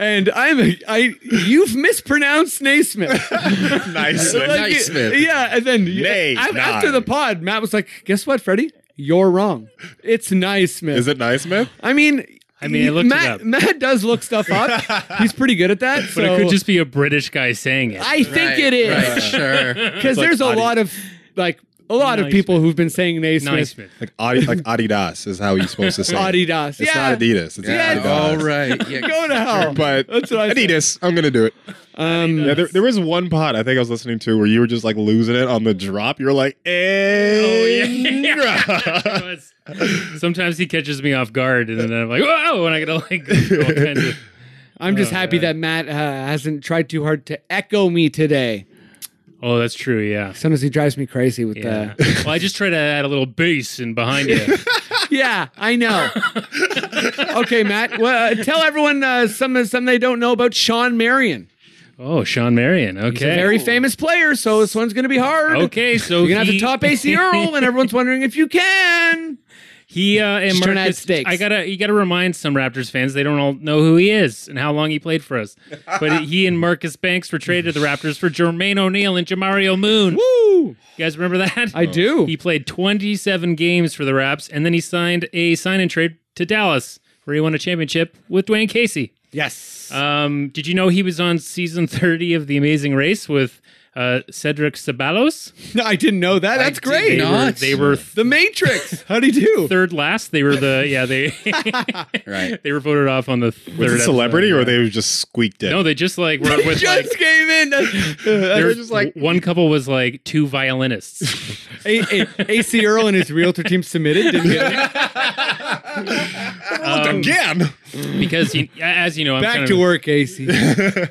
And I'm a, I you've mispronounced Naismith.
nice.
Like,
Naismith.
Yeah, and then
Nay,
af-
nah.
after the pod, Matt was like, "Guess what, Freddie? You're wrong. It's Naismith."
Is it nice, Smith?
I mean,
I mean, I looked it
Matt,
up.
Matt does look stuff up. He's pretty good at that.
but
so
it could just be a British guy saying it.
I think it
Right,
is
sure.
because there's a lot of like a lot of
Naismith.
people who've been saying Naismith.
Naismith.
Like, Adi- like Adidas is how you're supposed to say. it.
Adidas.
It's
yeah.
not Adidas. It's
Yeah,
Adidas.
it's-
All right. Yeah.
Go to hell.
But
That's what I said. Um,
Adidas, I'm gonna do it. yeah, there, there was one pod I think I was listening to where you were just like losing it on the drop. You were like,
Oh,
It
"Andra."
was- Sometimes he catches me off guard, and then I'm like, "Whoa!" And I gotta like, all kinds of-
I'm just
Oh,
happy
God.
that Matt uh, hasn't tried too hard to echo me today.
"Oh, that's true, yeah."
Sometimes he drives me crazy with uh,
Yeah.
the.
well, I just try to add a little bass in behind you.
Yeah, I know. okay, Matt. Well, uh, tell everyone uh, some some they don't know about Sean Marion.
Oh, Sean Marion.
He's
Okay.
a very famous player, so this one's gonna be hard.
okay, so
You're gonna have
he,
to top AC Earl, and everyone's wondering if you can.
He uh, and
Just trying to add
Marcus.
stakes.
I gotta, you gotta remind some Raptors fans they don't all know who he is and how long he played for us. But he and Marcus Banks were traded to the Raptors for Jermaine O'Neal and Jamario Moon.
Woo!
You guys remember that?
I do.
Oh, He played 27 games for the Raps, and then he signed a sign and trade to Dallas, where he won a championship with Dwayne Casey.
yes.
Um, did you know he was on season 30 of The Amazing Race with uh, Cedric Sabalos?
No, I didn't know that. That's great.
did not.
Where They were th-
The Matrix. How do you do?
third last. They were the yeah they
Right.
they were voted off on the third
Was it
episode.
celebrity or they just squeaked it?
No, they just like were with like.
Just came in.
they were
There's
just like one couple was like two violinists.
A- A- AC Earl and his realtor team submitted. Didn't get it.
Um,
Again.
because you, as you know, I'm kind
Back
of-
to work, AC.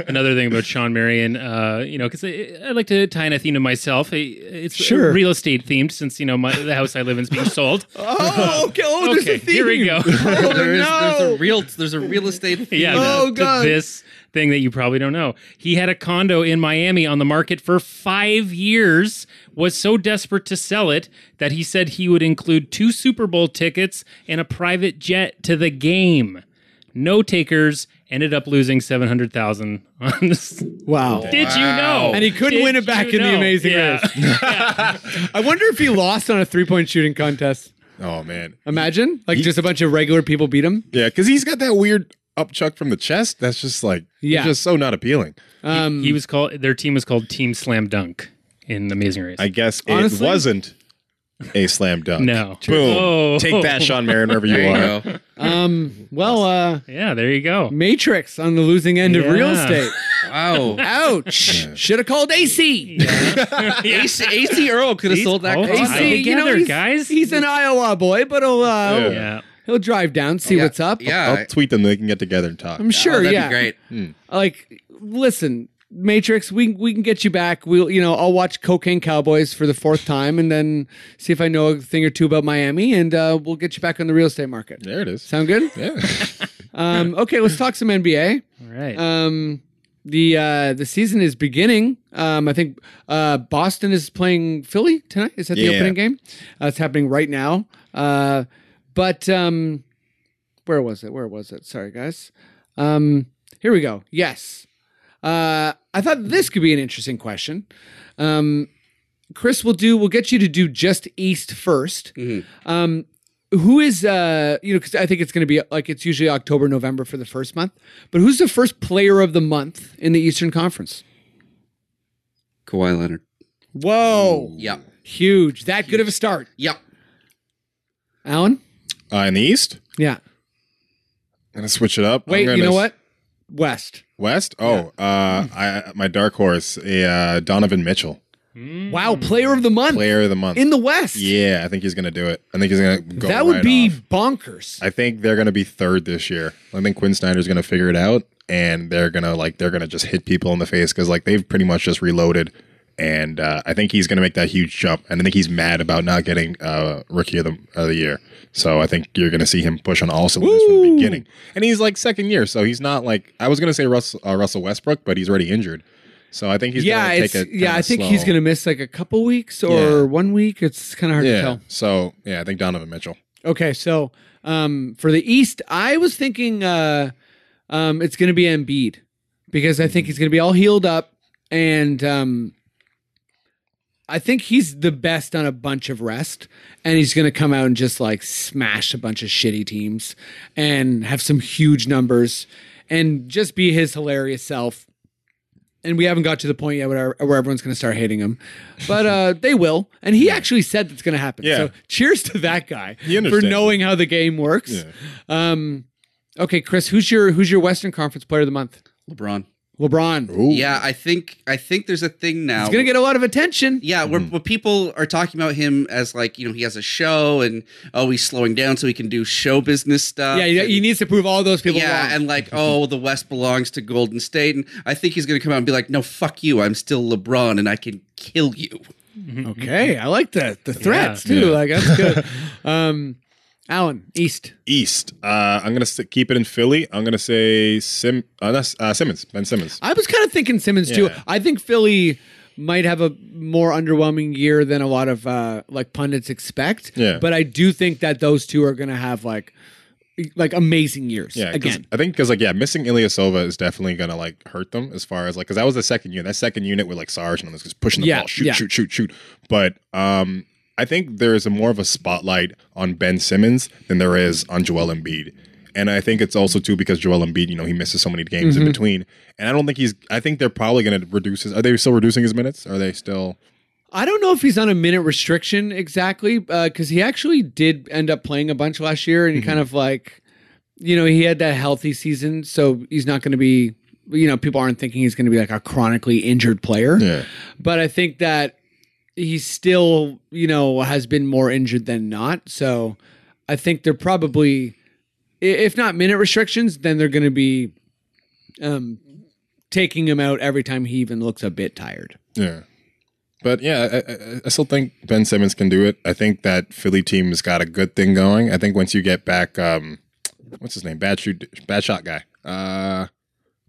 another thing about Sean Marion, uh, you know, because I, I like to tie in a theme to myself. I- It's
Sure.
real estate themed since you know my, the house I live in is being sold.
oh, okay. Oh, there's
okay,
a theme.
here we go.
Oh,
there is,
no.
There's a real. There's a real estate.
yeah,
theme.
Oh,
to- to
God.
this thing that you probably don't know. He had a condo in Miami on the market for five years. Was so desperate to sell it that he said he would include two Super Bowl tickets and a private jet to the game. No takers. Ended up losing seven hundred thousand on this
Wow.
Did you know?
And he couldn't
Did
win it back
you
in the
know?
Amazing
Yeah.
I wonder if he lost on a three point shooting contest.
Oh man.
Imagine, like, just a bunch of regular people beat him.
Yeah, because he's got that weird upchuck from the chest. That's just like
Yeah.
just so not appealing.
Um,
he was called. Their team was called Team Slam Dunk in Amazing Race.
I guess it
Honestly-
wasn't a slam dunk.
No.
Boom.
Oh.
Take that, Sean Marin, wherever you
There
are.
you go.
um, well, uh,
yeah, there you go.
Matrix on the losing end of real
Yeah.
estate.
Wow.
Ouch! Should have called AC.
AC, AC Earl could have sold that.
Oh,
condo.
I see.
you know,
together,
he's,
guys.
He's an Iowa boy, but he'll uh,
Yeah.
Yeah.
he'll drive down, see
Yeah.
what's up.
Yeah.
I'll tweet them. They can get together and talk.
I'm sure.
Oh, that'd
yeah,
be great.
like listen matrix we, we can get you back we'll you know i'll watch cocaine cowboys for the fourth time and then see if i know a thing or two about miami and uh, we'll get you back on the real estate market
There it is.
sound good
yeah.
um, okay let's talk some nba
All right.
um, the uh, the season is beginning um, i think uh, boston is playing philly tonight is that the
Yeah.
opening game uh, it's happening right now uh, but um, where was it where was it sorry guys um, here we go yes uh, I thought this could be an interesting question. Um, Chris, will do. We'll get you to do just East 1st Um, who is uh, you know? Because I think it's going to be like it's usually October, November for the first month. But who's the first player of the month in the Eastern Conference?
Kawhi Leonard.
Whoa,
Yeah.
huge! That good of a start,
Yeah.
Alan.
Uh, in the East,
Yeah.
I'm gonna switch it up. I'm
Wait,
gonna
you know
s-
what? West.
West? Oh, uh, I, my dark horse, uh, Donovan Mitchell,
Wow, player of the month
player of the month.
in the West.
yeah, I think he's gonna do it. I think he's gonna go.
that would
right
be
off.
bonkers.
I think they're gonna be third this year. I think Quinn Snyder's gonna figure it out, and they're gonna like they're gonna just hit people in the face because like they've pretty much just reloaded. And uh, I think he's gonna make that huge jump. And I think he's mad about not getting uh, rookie of the of the year. So I think you're gonna see him push on all cylinders from the beginning. And he's like second year, so he's not like I was gonna say Russell uh, Russell Westbrook, but he's already injured. So I think he's
yeah,
gonna
it's,
take it.
yeah. I think he's going to miss like a couple weeks or
Yeah.
one week. It's kind of hard to
Yeah.
tell.
So yeah, I think Donovan Mitchell.
Okay, so um, for the East, I was thinking uh, um, it's going to be Embiid because I
Mm-hmm.
think he's going to be all healed up, and um, I think he's the best on a bunch of rest, and he's going to come out and just like smash a bunch of shitty teams and have some huge numbers and just be his hilarious self. And we haven't got to the point yet where, where everyone's going to start hating him, but uh, they will. And he actually said that's going to happen.
Yeah.
So cheers to that guy
He
for
understands.
knowing how the game works. Um, okay, Chris, who's your who's your Western Conference Player of the Month?
LeBron.
LeBron.
Ooh.
Yeah, I think I think there's a thing now.
He's gonna get Mm-hmm. a lot of attention.
yeah, where, where people are talking about him as like you know he has a show and oh he's slowing down so he can do show business stuff.
Yeah, he,
and-
he needs to prove all those people
yeah,
wrong.
and like, oh, the West belongs to Golden State, and I think he's going to come out and be like, "No, fuck you! I'm still LeBron, and I can kill you."
okay, I like the the threats too.
Yeah.
Like that's good. um, Alan East.
East. Uh, I'm gonna st- keep it in Philly. I'm gonna say Sim. Uh, that's, uh, Simmons. Ben Simmons.
I was kind of thinking Simmons too.
Yeah.
I think Philly might have a more underwhelming year than a lot of uh, like pundits expect.
Yeah.
But I do think that those two are gonna have like like amazing years.
Yeah, 'cause
Again.
I think because like yeah, missing Ilya Silva is definitely gonna like hurt them as far as like because that was the second unit. That second unit with like Sarge and them was just pushing the
Yeah,
ball, shoot,
yeah.
shoot, shoot, shoot. But um, I think there is a more of a spotlight on Ben Simmons than there is on Joel Embiid. And I think it's also too because Joel Embiid, you know, he misses so many games
Mm-hmm.
in between, and I don't think he's. I think they're probably going to reduce his. Are they still reducing his minutes? Are they still?
I don't know if he's on a minute restriction exactly, because he actually did end up playing a bunch last year, and he
Mm-hmm.
kind of like, you know, he had that healthy season, so he's not going to be, you know, people aren't thinking he's going to be like a chronically injured player.
Yeah.
But I think that he still, you know, has been more injured than not. So I think they're probably, i- if not minute restrictions, then they're going to be um, taking him out every time he even looks a bit tired.
Yeah. But yeah, I, I, I still think Ben Simmons can do it. I think that Philly team has got a good thing going. I think once you get back, um, what's his name? Bad shoot, bad shot guy. Uh,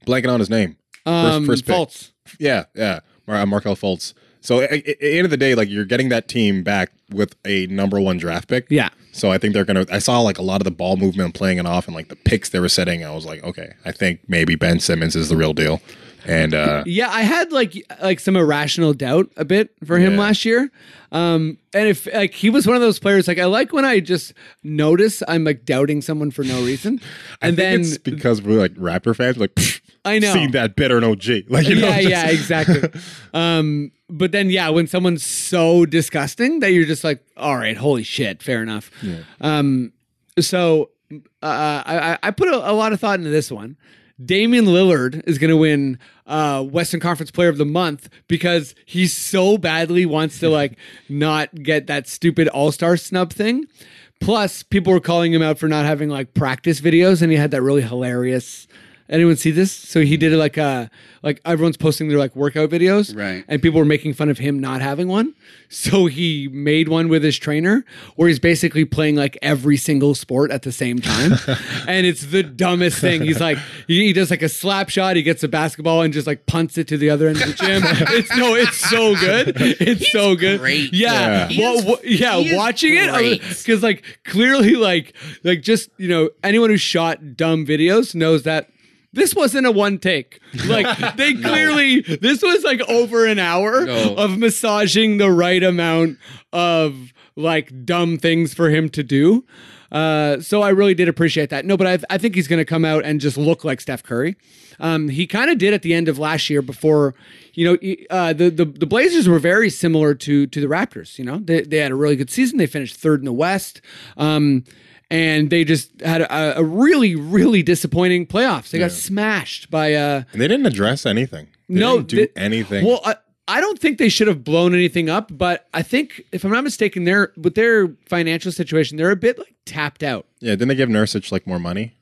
blanking on his name.
Um,
first pick.
Fultz.
Yeah, yeah. Mar- uh, Markel Fultz. So at, at the end of the day, like you're getting that team back with a number one draft pick.
Yeah.
So I think they're gonna. I saw like a lot of the ball movement playing it off and like the picks they were setting. I was like, okay, I think maybe Ben Simmons is the real deal. And uh,
Yeah, I had like like some irrational doubt a bit for him
Yeah.
last year. Um and if like he was one of those players like I like when I just notice I'm like doubting someone for no reason.
I
And
think
then
it's because we're like Raptor fans, like pfft,
I know.
seen that better in OG. Like you know,
yeah,
just-
yeah, exactly. um, but then, yeah, when someone's so disgusting that you're just like, all right, holy shit, fair enough. Um, so uh, I, I- I put a, a lot of thought into this one. Damian Lillard is going to win uh, Western Conference Player of the Month because he so badly wants to like not get that stupid All Star snub thing. Plus, people were calling him out for not having like practice videos, and he had that really hilarious anyone see this? So he did like uh like everyone's posting their like workout videos,
Right.
And people were making fun of him not having one. So he made one with his trainer, where he's basically playing like every single sport at the same time, and it's the dumbest thing. He's like he, he does like a slap shot, he gets a basketball and just like punts it to the other end of the gym. it's no, it's so good, it's so good.
great.
Yeah,
Yeah.
Wa-
He is-
wa- yeah,
he is
watching it. I was-
great.
because like clearly like like just you know anyone who shot dumb videos knows that this wasn't a one take like they clearly this was like over an hour
No.
of massaging the right amount of like dumb things for him to do uh, so I really did appreciate that. No, but I, I think he's going to come out and just look like Steph Curry. Um, he kind of did at the end of last year before, you know, he- uh, the, the the Blazers were very similar to to the Raptors. You know, they they had a really good season. They finished third in the West. Um, and they just had a, a really, really disappointing playoffs. They got smashed by uh,
And they didn't address anything. They
no,
didn't do
th-
anything.
Well, I, I don't think they should have blown anything up, but I think if I'm not mistaken, they're with their financial situation, they're a bit like tapped out.
yeah, didn't they give Nursic like more money?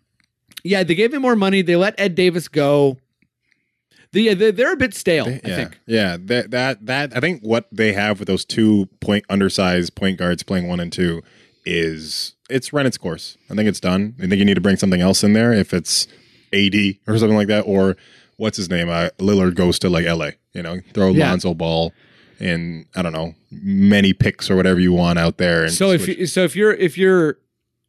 Yeah, they gave him more money. They let Ed Davis go. The, yeah, they're, they're a bit stale, I
yeah,
think.
yeah. That that that I think what they have with those two point undersized point guards playing one and two is it's run its course. I think it's done. I think you need to bring something else in there if it's AD or something like that, or what's his name? Uh, Lillard goes to like LA. You know, throw
Yeah.
Lonzo Ball and I don't know many picks or whatever you want out there. And
So if
switch-
you, so, if you're if you're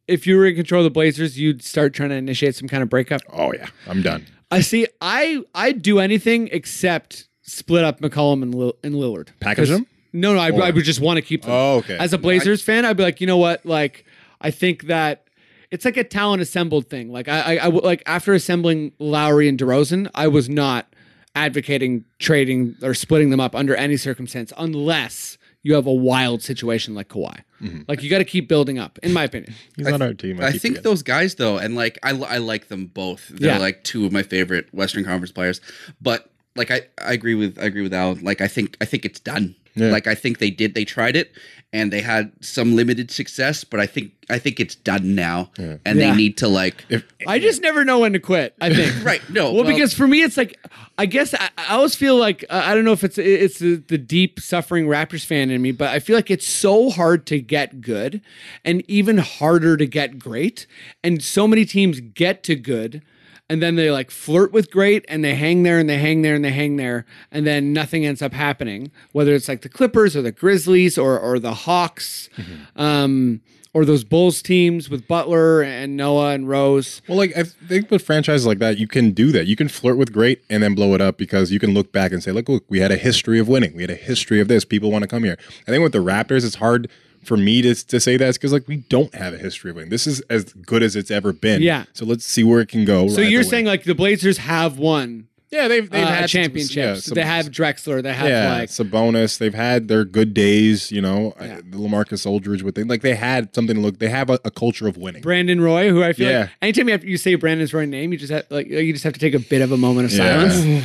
if you were in control of the Blazers, you'd start trying to initiate some kind of breakup.
oh yeah, I'm done.
I see. I I'd do anything except split up McCollum and, Lil- and Lillard. 'Cause-
Package them?
No, no. I, I would just want to keep them.
Oh, okay.
As a Blazers fan, I'd be like, you know what? Like, I think that it's like a talent assembled thing. Like, I, I, I w- like after assembling Lowry and DeRozan, I was not advocating trading or splitting them up under any circumstance, unless you have a wild situation like Kawhi.
Mm-hmm.
Like, you got to keep building up, in my opinion.
He's
I
on
th-
our team.
I think
keep forgetting.
those guys though, and like I, I like them both. They're
Yeah.
like two of my favorite Western Conference players. But like I, I agree with I agree with Al. Like I think I think it's done.
Yeah.
Like I think they did they tried it and they had some limited success, but I think I think it's done now. And
Yeah.
they need to like
I just never know when to quit. I think.
Right, no,
Well,
well-
because for me, it's like I guess I, I always feel like uh, I don't know if it's it's the, the deep suffering Raptors fan in me, but I feel like it's so hard to get good, and even harder to get great. And so many teams get to good, and then they like flirt with great, and they hang there and they hang there and they hang there, and then nothing ends up happening. Whether it's like the Clippers or the Grizzlies or or the Hawks. Um, or those Bulls teams with Butler and Noah and Rose.
Well, like I think with franchises like that, you can do that. You can flirt with great and then blow it up because you can look back and say, "Look, look, we had a history of winning. We had a history of this. People want to come here." I think with the Raptors, it's hard for me to to say that because like we don't have a history of winning. This is as good as it's ever been.
Yeah.
So let's see where it can go.
So you're saying like the Blazers have won
yeah, they've they've
uh,
had
championships.
some-
they have Drexler. They have
yeah,
like
Sabonis. They've had their good days. You know, I- the Lamarcus Aldridge with things. Like they had something to look. They have a, a culture of winning.
Brandon Roy, who I feel
Yeah.
like anytime you, have, you say Brandon's Roy name, you just have like you just have to take a bit of a moment of
Yeah.
silence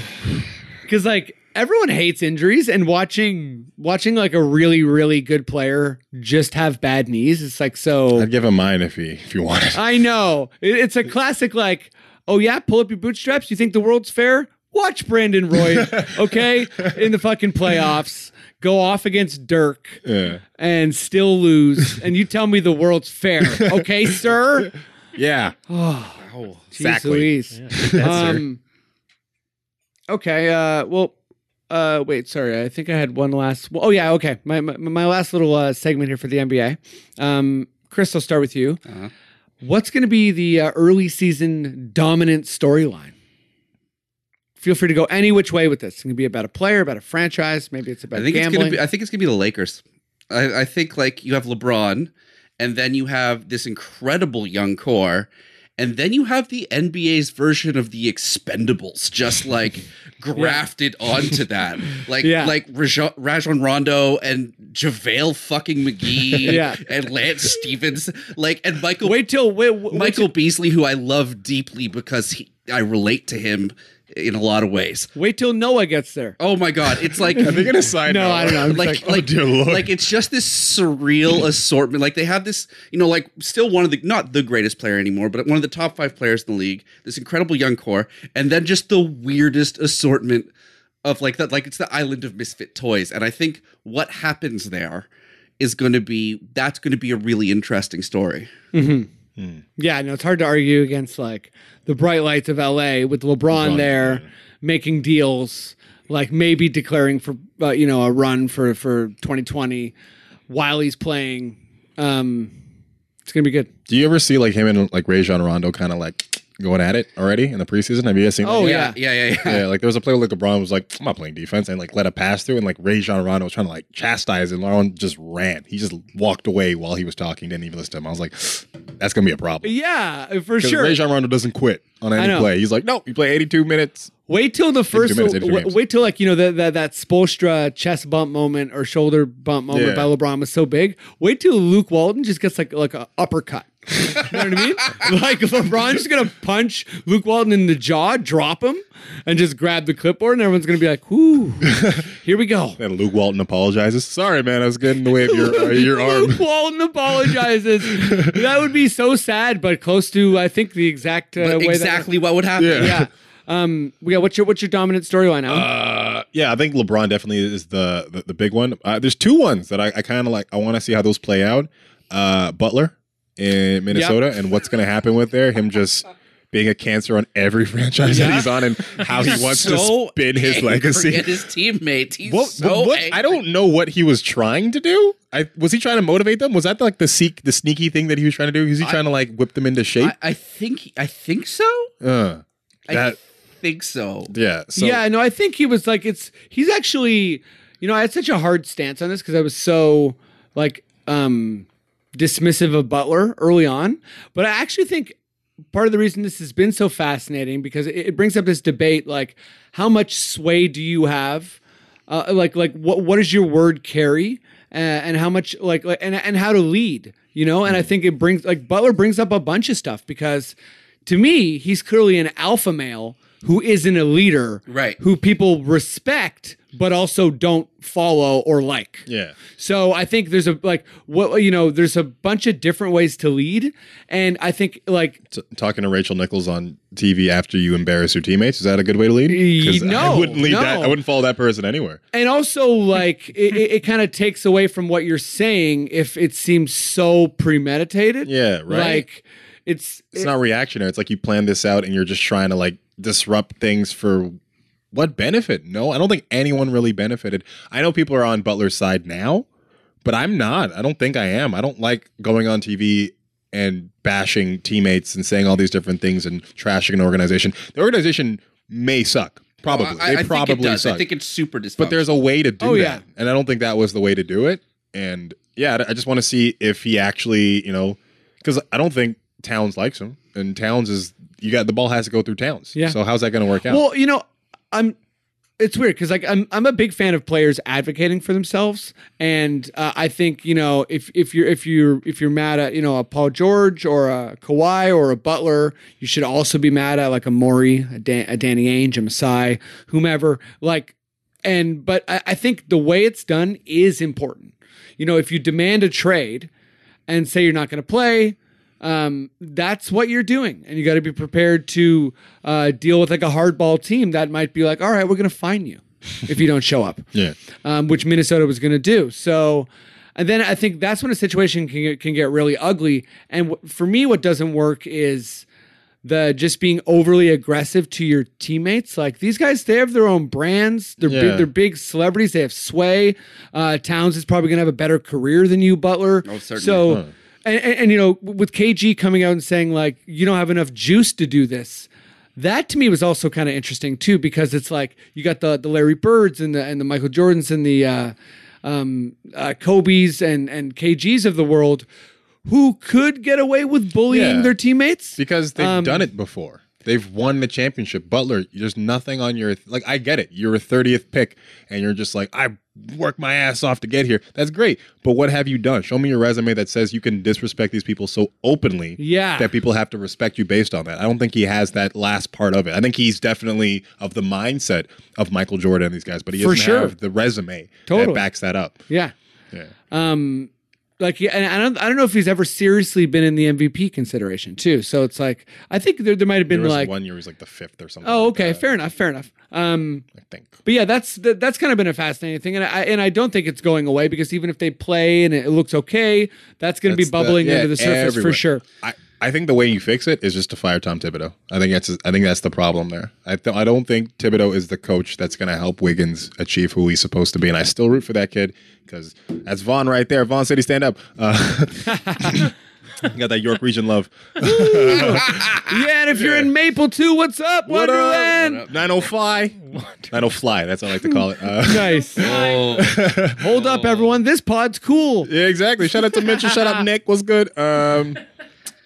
because like everyone hates injuries and watching watching like a really really good player just have bad knees it's like so
I'd give him mine if he if you want it.
i know It- it's a classic like oh yeah pull up your bootstraps you think the world's fair watch brandon roy okay in the fucking playoffs go off against dirk
Yeah.
and still lose and you tell me the world's fair okay sir
Yeah.
oh,
Jeez Louise. um, okay. Uh, well, uh, wait. Sorry, I think I had one last. Well, oh yeah. Okay. My my, my last little uh, segment here for the NBA. Um, Chris, I'll start with you.
Uh-huh.
What's going to be the uh, early season dominant storyline? Feel free to go any which way with this. It can be about a player, about a franchise. Maybe it's about
I think it's
gambling.
gonna be. I think it's gonna be the Lakers. I, I think like you have LeBron, and then you have this incredible young core, and then you have the NBA's version of the Expendables, just like grafted onto that, like
Yeah.
like Rajon, Rajon Rondo and Javale fucking McGee,
Yeah.
and Lance Stevens, like and Michael
wait till wait, wait,
Michael Beasley, who I love deeply because he, I relate to him in a lot of ways.
wait till Noah gets there.
Oh my god, it's like
Are they gonna sign? Oh,
No, I don't know. I'm just
like
like,
like,
dear Lord.
like it's just this surreal assortment. Like they have this, you know, like still one of the not the greatest player anymore, but one of the top five players in the league. This incredible young core, and then just the weirdest assortment of like that. Like it's the island of misfit toys, and I think what happens there is going to be that's going to be a really interesting story.
Yeah, no, it's hard to argue against like the bright lights of LA with LeBron, there making deals, like maybe declaring for uh, you know a run for for 2020 while he's playing. Um It's gonna be good.
Do you ever see like him and like Rajon Rondo kind of like going at it already in the preseason? Have you guys seen? that?
Oh yeah,
yeah, yeah. yeah.
Yeah, like there was a play where like LeBron was like, I'm not playing defense, and like let a pass through, and like Rajon Rondo was trying to like chastise, and LeBron just ran. He just walked away while he was talking, didn't even listen to him. I was like, that's gonna be a problem.
yeah, for
Because
sure.
Rajon Rondo doesn't quit on
I
any
know.
play. He's like, no, you play 82 minutes.
Wait till the first.
minutes, 82
wait,
games.
wait till like you know that that that Spolstra chest bump moment or shoulder bump moment
Yeah.
by LeBron was so big. Wait till Luke Walton just gets like like a uppercut. you know what I mean? Like LeBron's just gonna punch Luke Walton in the jaw, drop him, and just grab the clipboard, and everyone's gonna be like, "Whoo, here we go."
And Luke Walton apologizes. Sorry, man, I was getting in the way of your uh, your arm.
Luke Walton apologizes. that would be so sad, but close to I think the exact uh,
But
way.
exactly what would happen.
Yeah.
That, yeah. Um. Yeah. What's your what's your dominant storyline? Alan?
Uh, yeah, I think LeBron definitely is the the, the big one. Uh, there's two ones that I, I kind of like. I want to see how those play out. Uh, Butler in Minnesota and what's going to happen with there. Him just being a cancer on every franchise that he's on and how he wants to spin his
angry
legacy.
at his teammates. He's
What,
so
what-
angry.
I don't know what he was trying to do. I was he trying to motivate them? Was that like the seek the sneaky thing that he was trying to do? Was he trying to like whip them into shape?
I, I think I think so.
uh,
I
That-
think so.
yeah. So
yeah, no, I think he was like, it's he's actually, you know, I had such a hard stance on this because I was so like um dismissive of Butler early on, but I actually think part of the reason this has been so fascinating because it, it brings up this debate like how much sway do you have, uh, like like what what does your word carry, uh, and how much like, like and and how to lead, you know, and I think it brings like Butler brings up a bunch of stuff because to me, he's clearly an alpha male who isn't a leader,
Right.
Who people respect but also don't follow or like.
yeah.
So I think there's a like what you know there's a bunch of different ways to lead, and I think like
t- talking to Rachel Nichols on TV after you embarrass your teammates is that a good way to lead? 'Cause
E, No,
I wouldn't lead
no.
that. I wouldn't follow that person anywhere.
and also like it, it, it kind of takes away from what you're saying if it seems so premeditated.
Yeah, right.
Like it's
it's not reactionary. It's like you planned this out and you're just trying to like disrupt things for what benefit? No, I don't think anyone really benefited. I know people are on Butler's side now, but I'm not. I don't think I am. I don't like going on TV and bashing teammates and saying all these different things and trashing an organization. The organization may suck. Probably.
I- I,
they
I
probably
think it does.
suck.
I think it's super dysfunctional.
but there's a way to do
Oh,
that.
yeah.
And I don't think that was the way to do it. And yeah, I- I just want to see if he actually, you know, because I don't think Towns likes him, and Towns is you got the ball has to go through Towns.
Yeah.
So how's that going to work out?
Well, you know, I'm. It's weird because like I'm I'm a big fan of players advocating for themselves, and uh, I think you know if if you're if you're if you're mad at you know a Paul George or a Kawhi or a Butler, you should also be mad at like a Maury, a, Dan, a Danny Ainge, a Masai, whomever. Like and but I, I think the way it's done is important. You know, if you demand a trade and say you're not going to play, um, that's what you're doing, and you got to be prepared to uh, deal with like a hardball team that might be like, all right, we're going to fine you if you don't show up
Yeah.
um, which Minnesota was going to do. So, and then I think that's when a situation can get, can get really ugly. And w- for me, what doesn't work is the just being overly aggressive to your teammates. Like these guys, they have their own brands. They're
Yeah.
big, they're big celebrities. They have sway. Uh, Towns is probably going to have a better career than you, Butler.
Oh, certainly.
So.
Huh.
And, and, and you know, w- with KG coming out and saying like you don't have enough juice to do this, that to me was also kind of interesting too because it's like you got the the Larry Birds and the and the Michael Jordans and the uh, um, uh, Kobe's and and KG's of the world who could get away with bullying
Yeah.
their teammates.
because they've
Um,
done it before. They've won the championship. Butler, there's nothing on your like. I get it. You're a 30th pick, and you're just like, I worked my ass off to get here. That's great, but what have you done? Show me your resume that says you can disrespect these people so openly.
Yeah.
that people have to respect you based on that. I don't think he has that last part of it. I think he's definitely of the mindset of Michael Jordan and these guys, but he
For
doesn't
sure.
have the resume
Totally.
that backs that up.
Yeah.
Yeah.
Um, like, yeah, and I don't, I don't know if he's ever seriously been in the MVP consideration too. So it's like I think there, there might have
There
been
was
like,
one year he was like the fifth or something.
oh,
like
okay,
that,
fair enough, fair enough. Um,
I think.
But yeah, that's that, that's kind of been a fascinating thing, and I and I don't think it's going away because even if they play and it looks okay, that's going to be
That's the-
bubbling
yeah,
under the surface
everywhere.
for sure.
I, I think the way you fix it is just to fire Tom Thibodeau. I think that's I think that's the problem there. I th- I don't think Thibodeau is the coach that's going to help Wiggins achieve who he's supposed to be, and I still root for that kid because that's Vaughn right there. Vaughn City, stand up. Uh, got that York Region love. Ah,
yeah, and if you're in Maple too, what's up, Wonderland?
Nine oh fly. Nine oh fly. That's what I like to call it. Uh,
Nice. Hold up, everyone. This pod's cool.
Oh. Yeah, exactly. Shout out to Mitchell. Shout out Nick. What's good? Um,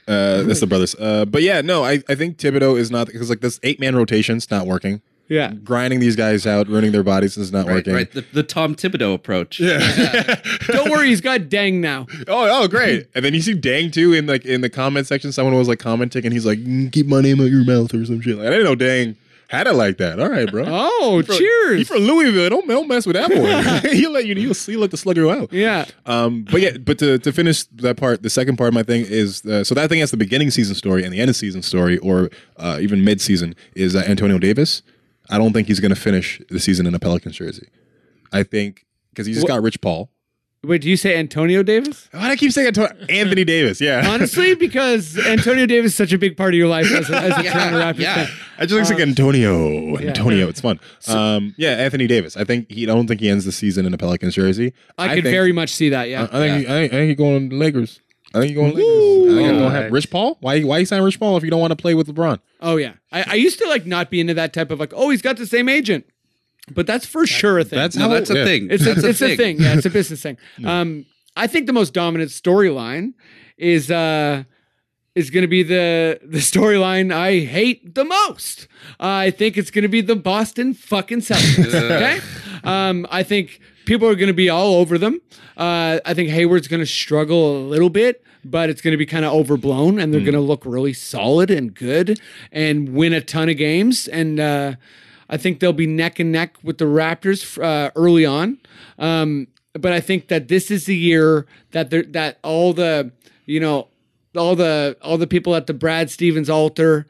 uh, that's the brothers. Uh, but yeah, no, I, I think Thibodeau is not because like this eight man rotation's not working.
Yeah.
Grinding these guys out, ruining their bodies is not
Right,
working.
right. The, the Tom Thibodeau approach. Yeah.
Don't worry, he's got dang now.
Oh, oh, great! And then you see Dang too in like in the comment section. Someone was like commenting, and he's like, "Mm, "Keep my name out your mouth" or some shit. Like, I didn't know Dang had it like that. All right, bro.
Oh,
You
cheers.
from Louisville? Don't, don't mess with that boy. he'll let you. He'll, he'll let the slugger you out.
yeah.
Um, but yeah, but to, to finish that part, the second part of my thing is uh, so that thing that's the beginning season story and the end of season story, or uh, even mid season, is uh, Antonio Davis. I don't think he's going to finish the season in a Pelicans jersey. I think because he just
Wha-
got Rich Paul.
Wait, do you say Antonio Davis?
Why do I keep saying Antonio? Anthony Davis? Yeah.
Honestly, because Antonio Davis is such a big part of your life as a, as a Toronto Raptors
yeah.
fan.
I just like Antonio. Antonio, it's fun. um, yeah, Anthony Davis. I think he. I don't think he ends the season in a Pelicans jersey.
I, could
think-
very much see that. Yeah.
I think. He, I, think- I think he's going to Lakers. I think he's going to Lakers. I think he's going to have
Alright.
Rich Paul. Why? Why you sign Rich Paul if you don't want to play with LeBron?
Oh yeah, I, I used to like not be into that type of like. Oh, he's got the same agent, but that's for sure a thing.
that's
No,
how-
that's a
yeah.
thing.
it's a,
that's
it's a thing. Yeah, it's a business thing. Um, I think the most dominant storyline is uh is going to be the the storyline I hate the most. I think it's going to be the Boston fucking Celtics. okay, um, I think people are going to be all over them. Uh, I think Hayward's going to struggle a little bit. But it's going to be kind of overblown, and they're going to look really solid and good, and win a ton of games. And uh, I think they'll be neck and neck with the Raptors uh, early on. Um, but I think that this is the year that there, that all the you know all the all the people at the Brad Stevens altar,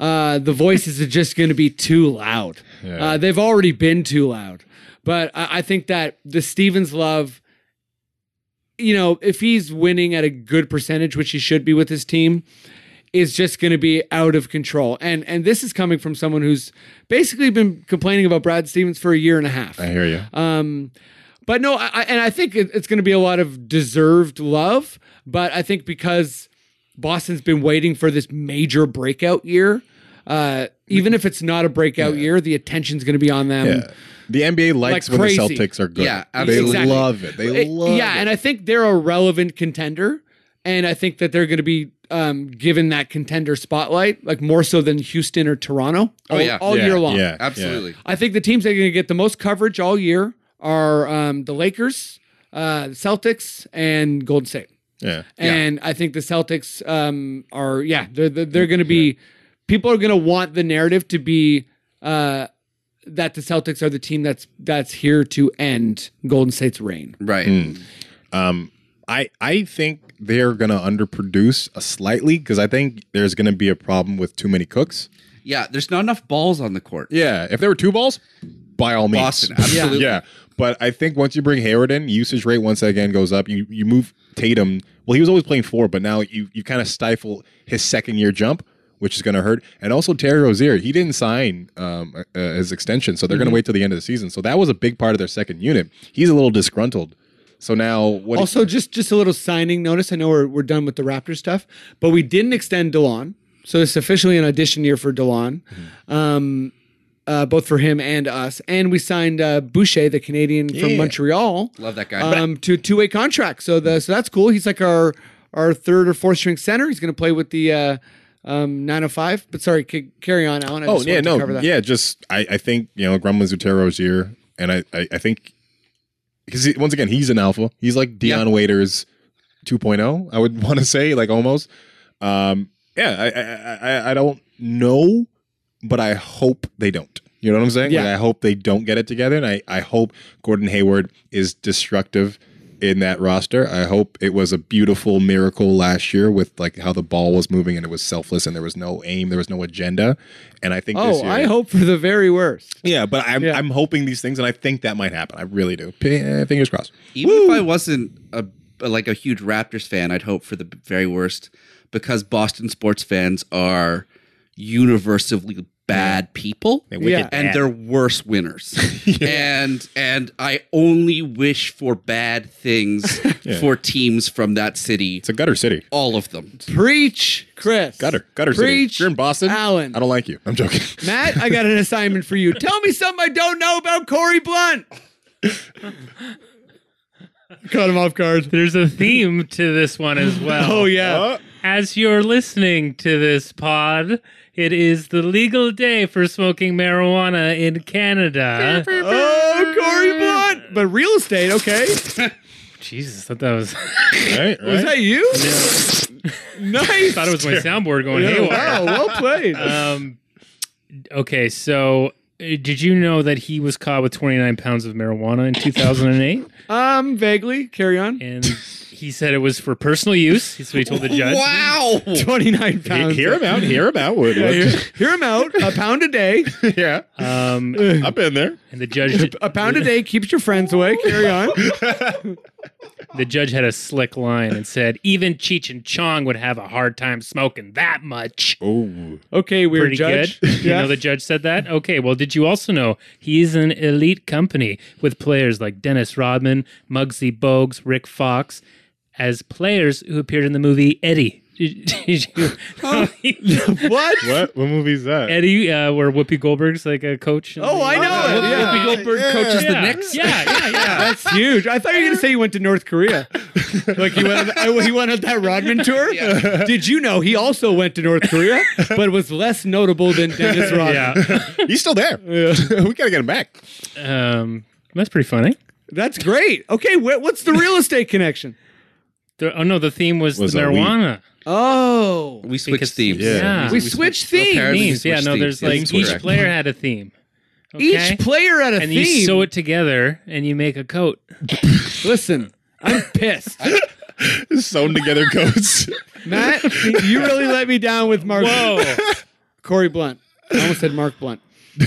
uh, the voices are just going to be too loud. Uh, they've already been too loud. But I, I think that the Stevens love you know, if he's winning at a good percentage, which he should be with his team, is just going to be out of control. And and this is coming from someone who's basically been complaining about Brad Stevens for a year and a half.
I hear you.
Um, but no, I, I- and I think it, it's going to be a lot of deserved love. But I think because Boston's been waiting for this major breakout year, uh, even if it's not a breakout year, the attention's going to be on them.
yeah. The NBA likes
Like
when the
crazy.
Celtics are good.
Yeah, absolutely.
They
Exactly.
love it. They
It-
love
yeah,
it.
and I think they're a relevant contender, and I think that they're going to be um, given that contender spotlight, like more so than Houston or Toronto.
Oh,
all,
yeah.
all year long.
yeah,
Absolutely.
I think the teams that are going to get the most coverage all year are um, the Lakers, uh, the Celtics, and Golden State.
Yeah.
And I think the Celtics um, are, yeah, they're, they're, they're going to be, people are going to want the narrative to be uh, that the Celtics are the team that's that's here to end Golden State's reign.
Right.
Hmm. I I think they're gonna underproduce a slightly because I think there's gonna be a problem with too many cooks.
Yeah, there's not enough balls on the court.
Yeah, if there were two balls, by all means,
Boston, absolutely.
yeah, but I think once you bring Hayward in, usage rate once again goes up. You you move Tatum. Well, he was always playing four, but now you you kind of stifle his second year jump, which is going to hurt. And also Terry Rozier, he didn't sign um, uh, his extension, so they're
Mm-hmm.
going to wait till the end of the season. So that was a big part of their second unit. He's a little disgruntled. So now what?
Also, just just a little signing notice. I know we're, we're done with the Raptor stuff, but we didn't extend DeLon, so it's officially an audition year for DeLon, um, uh, both for him and us. And we signed uh, Boucher, the Canadian from
Yeah.
Montreal.
Love that guy.
Uh,
Um, to a two way contract. So the so that's cool. He's like our our third or fourth string center. He's going to play with the. Uh, um, 905, but sorry, c- carry on, Alan. I
oh
just
yeah,
wanted to
no,
cover that.
yeah. Just I, I think you know Grumman Zutero's here, and I, I, I think because once again he's an alpha. He's like Dion Waiters 2.0. I would want to say like almost. Um, yeah, I- I, I, I, I don't know, but I hope they don't. You know what I'm saying? Like,
Yeah.
I hope they don't get it together, and I, I hope Gordon Hayward is destructive in that roster. I hope it was a beautiful miracle last year with like how the ball was moving and it was selfless and there was no aim, there was no agenda. And I think this
Oh,
year,
I hope for the very worst.
yeah, but I'm
Yeah.
I'm hoping these things, and I think that might happen. I really do. P- eh, Fingers crossed.
Even if I wasn't a like a huge Raptors fan, I'd hope for the very worst because Boston sports fans are universally bad people.
wicked
Yeah.
and
bad.
they're worse winners. And and I only wish for bad things
Yeah.
for teams from that city.
It's a gutter city.
all of them.
Preach, Chris.
Gutter, gutter city.
Preach,
If You're in Boston,
Allen.
I don't like you. I'm joking.
Matt, I got an assignment for you. Tell me something I don't know about Corey Blunt. Caught him off guard.
There's a theme to this one as well.
Oh yeah.
As you're listening to this pod, it is the legal day for smoking marijuana in Canada.
Oh, Corey Blunt. But real estate, okay.
Oh, Jesus, I thought that was
Right, right.
Was that you? nice.
thought it was my soundboard going
Yeah,
haywire.
wow, well played.
Uh,
Um, okay, so uh, did you know that he was caught with 29 pounds of marijuana in 2008?
um, vaguely. Carry on.
and he said it was for personal use. That's what he told the judge.
Wow.
Twenty-nine pounds.
Hear him out. Hear him out. Would- would-
Hear him out. A pound a day.
yeah,
Um,
I've been there.
and the judge,
A pound a day keeps your friends away. Carry on.
the judge had a slick line and said, even Cheech and Chong would have a hard time smoking that much.
Oh,
Okay, weird
Pretty
judge.
good. You know the judge said that? Okay, well, did you also know he's an elite company with players like Dennis Rodman, Muggsy Bogues, Rick Fox, as players who appeared in the movie Eddie. Did, did you,
what?
what? What movie is that?
Eddie, uh, where Whoopi Goldberg's like a coach.
Oh, I know it. Yeah.
Whoopi Goldberg coaches the
Yeah.
Knicks.
Yeah, yeah, yeah.
That's huge. I thought you were going to say you went to North Korea. like he went, on, I- he went on that Rodman tour. Did you know he also went to North Korea, but was less notable than Dennis Rodman?
yeah.
He's still there. we gotta get him back.
Um, that's pretty funny.
That's great. Okay, wh- what's the real estate connection?
The, oh no, the theme was,
Was
the
a weed.
marijuana. Ah.
Oh,
We switched
Because-
themes.
Yeah.
Yeah.
we switched
Apparently we
themes.
Themes. Yeah,
switched
no,
themes.
there's
Yeah,
like
that's
each
correct.
player had a theme. Okay?
Each player had a
and
theme.
you sew it together and you make a coat.
Listen, I'm pissed.
Sewn together coats.
Matt, you really let me down with Mark.
Oh.
Corey Blunt. I almost said Mark Blunt.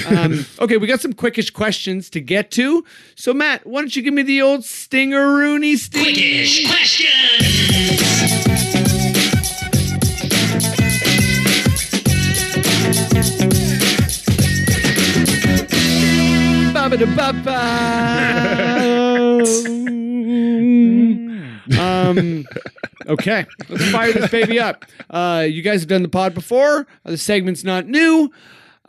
Um, okay, we got some quickish questions to get to. So, Matt, why don't you give me the old stinger Rooney sting?
Quickish question.
Ba-ba-da-ba-ba. um, okay, let's fire this baby up. Uh, you guys have done the pod before. Uh, the segment's not new.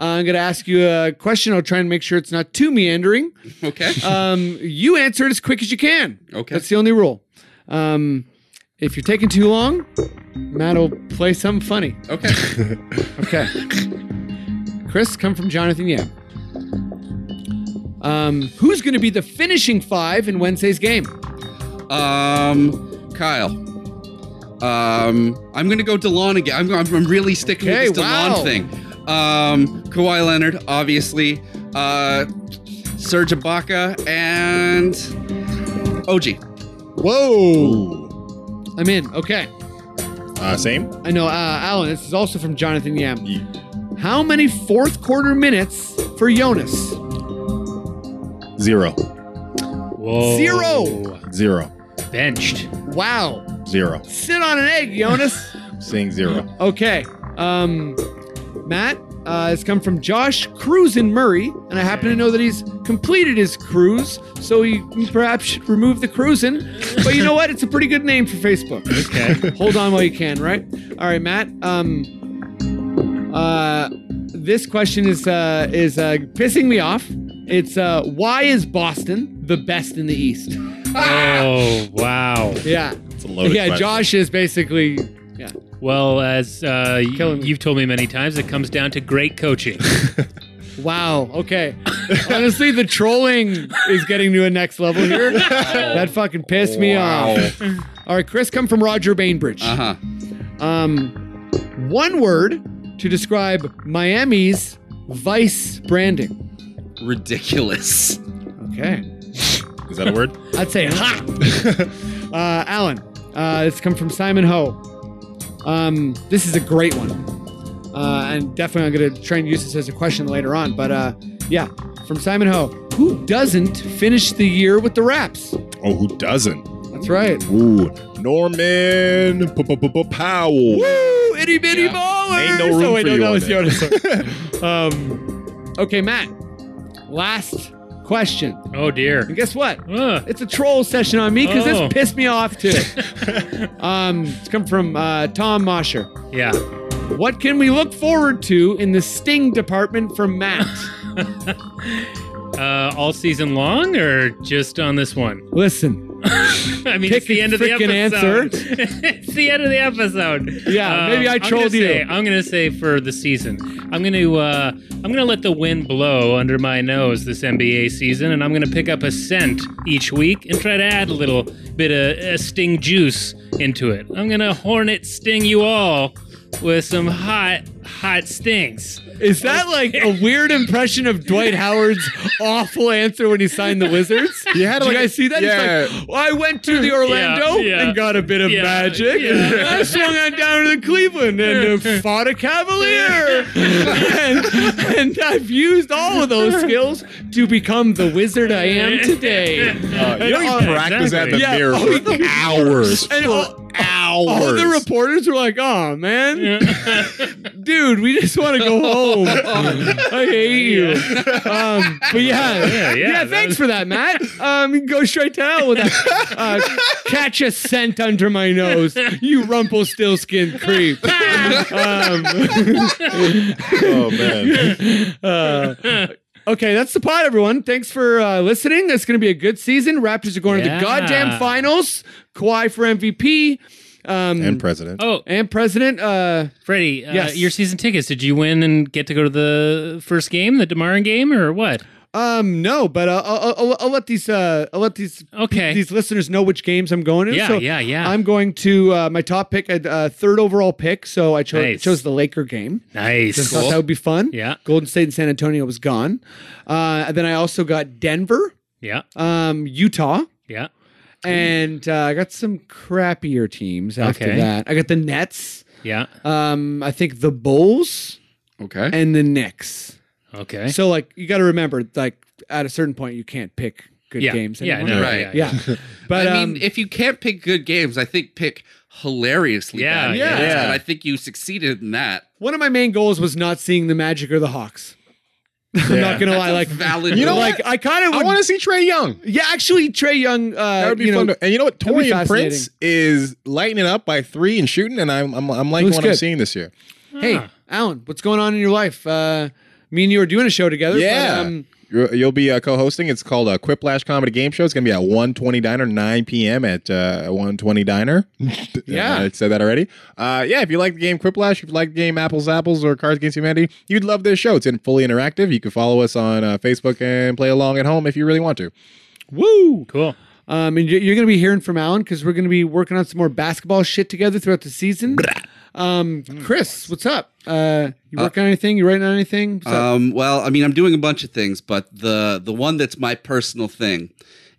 Uh, I'm going to ask you a question. I'll try and make sure it's not too meandering.
Okay.
Uh,
Um, you answer it as quick as you can.
Okay.
That's the only rule. Um, if you're taking too long, Matt will play something funny.
okay.
Okay. Chris, come from Jonathan Yam. Um, who's going to be the finishing five in Wednesday's game?
Um, Kyle. Um, I'm gonna go Delon again. I'm, I'm, I'm really sticking
Okay,
with this Delon
wow.
thing. Um, Kawhi Leonard, obviously. uh, Serge Ibaka, and OG.
Whoa.
I'm in. Okay.
Uh, same.
I know, uh, Alan, this is also from Jonathan Yam.
Ye-
How many fourth quarter minutes for Jonas?
Zero.
Whoa.
Zero.
Zero.
Oh. Benched.
Wow.
Zero.
Sit on an egg, Jonas.
Saying zero.
okay. Um, Matt, uh, it's come from Josh Cruz in Murray, and I happen to know that he's completed his cruise, so he perhaps should remove the cruising. But you know what? It's a pretty good name for Facebook.
Okay.
Hold on while you can, right? All right, Matt. Um, uh, this question is uh, is uh, pissing me off. It's uh, why is Boston the best in the East?
oh, wow.
Yeah,
It's a loaded
yeah.
question.
Josh is basically
Well, as uh, y-
Killing me.
you've told me many times, it comes down to great coaching.
wow. Okay, honestly, the trolling is getting to a next level here. That fucking pissed me off. All right, Chris, come from Roger Bainbridge.
Uh huh.
Um, one word to describe Miami's vice branding.
Ridiculous.
Okay.
Is that a word?
I'd say hot. uh, Alan, uh, this come from Simon Ho. Um, this is a great one, uh, and definitely I'm going to try and use this as a question later on. But uh, yeah, from Simon Ho, who doesn't finish the year with the raps?
Oh, who doesn't?
That's right.
Ooh, Norman Powell.
Woo, itty bitty ballers.
Ain't no Uh, room
oh, wait,
for
no,
you
that
on
was
there.
Yoda. um, okay, Matt. Last question,
oh, dear.
and guess what?
Uh,
It's a troll session on me because
Oh.
this pissed me off too. um, it's come from uh, Tom Mosher.
yeah.
What can we look forward to in the sting department from Matt?
Uh, all season long or just on this one?
Listen,
I mean,
Pick
it's the
a
end of the
frickin'
episode.
answer.
it's the end of the episode. Uh,
Yeah, maybe I
I'm gonna
trolled you.
say- I'm going to say for the season. I'm going to uh, I'm going to let the wind blow under my nose this NBA season, and I'm going to pick up a scent each week and try to add a little bit of uh, sting juice into it. I'm going to hornet sting you all with some hot hot stings.
is that like a weird impression of Dwight Howard's awful answer when he signed the Wizards?
You had
Did
like
you guys see that? He's
yeah.
like, well, I went to the Orlando
yeah.
and got a bit of
Yeah,
magic.
yeah.
I swung on down to the Cleveland and uh, fought a Cavalier. and, and I've used all of those skills to become the wizard I am today.
Uh, you know,
And,
he
uh,
practiced at the
exactly. Yeah,
mirror
oh,
for hours.
and all-
hours.
All the reporters were like, "Oh man, dude, we just want to go home. I hate you." Um, but yeah,
Yeah, yeah,
yeah,
that
thanks
was-
for that, Matt. Um, you can go straight to hell with that. Uh, catch a scent under my nose, you Rumpelstiltskin creep. Um,
oh man.
uh, okay, that's the pod, everyone. Thanks for uh, listening. It's going to be a good season. Raptors are going
Yeah.
to the goddamn finals. Kawhi for MVP. Um,
and president.
Oh,
and president. Uh,
Freddie, uh,
Yes.
your season tickets. Did you win and get to go to the first game, the Demarin game, or what?
Um, no, but uh, I'll, I'll, I'll let these uh, I'll let these
Okay.
these listeners know which games I'm going to.
Yeah,
so
yeah, yeah.
I'm going to uh, my top pick, a uh, third overall pick. So I cho-
Nice.
chose the Laker game.
nice.
Just thought that would be fun.
Yeah.
Golden State and San Antonio was gone. Uh, and then I also got Denver,
Yeah,
um, Utah,
yeah.
and uh, I got some crappier teams after
Okay.
that. I got the Nets.
Yeah.
Um, I think the Bulls
Okay.
and the Knicks.
Okay.
So like you got to remember, like at a certain point, you can't pick good
yeah.
games
Yeah,
anymore.
no,
Right.
yeah, yeah.
yeah. But
I
um,
mean, if you can't pick good games, I think pick hilariously
Yeah,
bad
yeah.
games,
Yeah.
And I think you succeeded in that.
one of my main goals was not seeing the Magic or the Hawks. I'm
Yeah.
not gonna lie, like
valid.
You know
goal.
like I kind
I
of
want to see Trey Young.
Yeah, actually, Trey Young. Uh,
That would be
you
fun.
know,
to, and you know what?
that'd be
Torian
fascinating.
Prince is lighting it up by three and shooting, and I'm I'm, I'm liking
Looks
what I'm
good.
seeing this year.
Hey, Alan, what's going on in your life? Uh, me and you are doing a show together.
Yeah.
But, um,
You're- You'll be uh, co-hosting. It's called uh, Quiplash Comedy Game Show. It's gonna be at 120 Diner, 9 p.m. at uh, 120 Diner.
Yeah.
I said that already. Uh, yeah, if you like the game Quiplash, if you like the game Apples Apples or Cards Against Humanity, you'd love this show. It's in fully interactive. You can follow us on uh, Facebook and play along at home if you really want to.
woo.
Cool.
Um, and you- you're going to be hearing from Alan because we're going to be working on some more basketball shit together throughout the season. Um, Chris, what's up? Uh, you working on anything? You writing on anything?
uh,
What's up?
Um, well, I mean, I'm doing a bunch of things, but the the one that's my personal thing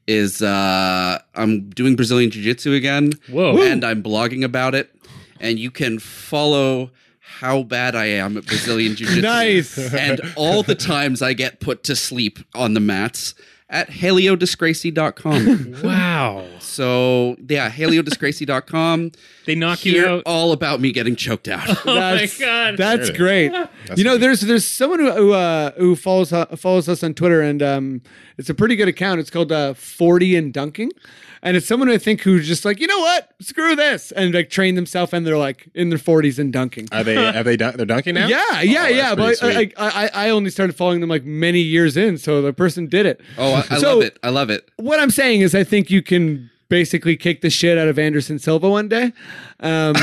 is uh, I'm doing Brazilian Jiu Jitsu again.
Whoa. Woo.
And I'm blogging about it, and you can follow how bad I am at Brazilian Jiu Jitsu.
Nice.
And all the times I get put to sleep on the mats at heliodisgracie.com.
Wow.
so yeah, heliodisgracie.com.
They knock you
Hear
out.
all about me getting choked out.
Oh my
That's-
god.
That's
Really?
great. you know, there's there's someone who who, uh, who follows uh, follows us on Twitter, and um, it's a pretty good account. It's called uh, Forty and Dunking, and it's someone I think who's just like, you know what, screw this, and like train themselves, and they're like in their forties and dunking.
Are they? Are they? Dun- they're dunking now.
yeah,
Oh,
yeah,
that's
yeah.
pretty
But I,
sweet.
I, I- I only started following them like many years in, so the person did it.
Oh, I, I
So-
love it. I love it.
What I'm saying is, I think you can basically kick the shit out of Anderson Silva one day, um,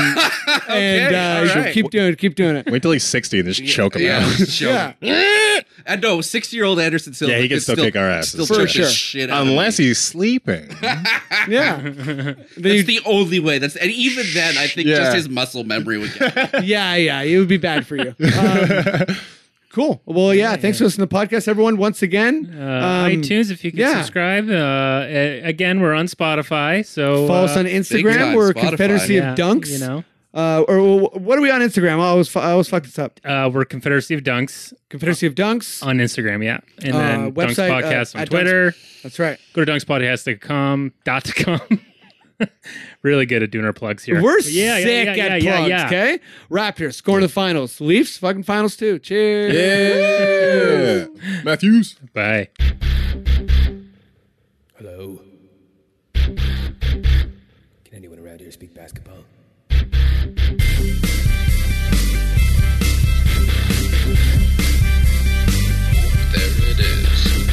and uh,
all
you
right.
keep doing it, keep doing it.
Wait till he's sixty and just choke him
Yeah,
out.
show
Yeah.
me. And no, sixty-year-old Anderson Silva.
Yeah, he can
could
still kick our asses.
Still
For
choke the
sure.
shit out of
Unless
me.
he's sleeping.
Yeah, Then you-
That's the only way. That's and even then, I think
Yeah.
just his muscle memory would get. me.
yeah, yeah, it would be bad for you. Um, cool. Well, yeah, thanks for listening to the podcast, everyone. Once again,
uh,
um,
iTunes, if you can
yeah.
subscribe. Uh, a- again, we're on Spotify, so
Follow
uh,
us on
big
Instagram.
time,
We're
Spotify.
Confederacy
yeah,
of Dunks.
You know,
uh, or wh- what are we on Instagram? I always fu- I always fuck this up.
uh, we're Confederacy of Dunks
Confederacy of Dunks.
on Instagram, yeah, and
Uh,
then Dunks
website, uh,
Podcast on
at
Twitter.
That's right.
Go to dunkspodcast.com dot com. really good at doing our plugs here.
We're
Yeah, yeah,
sick
yeah,
at
yeah,
plugs.
yeah.
Okay, Raptors scoring the finals. Leafs fucking finals too. Cheers.
yeah. Matthews.
Bye.
Hello. Can anyone around here speak basketball?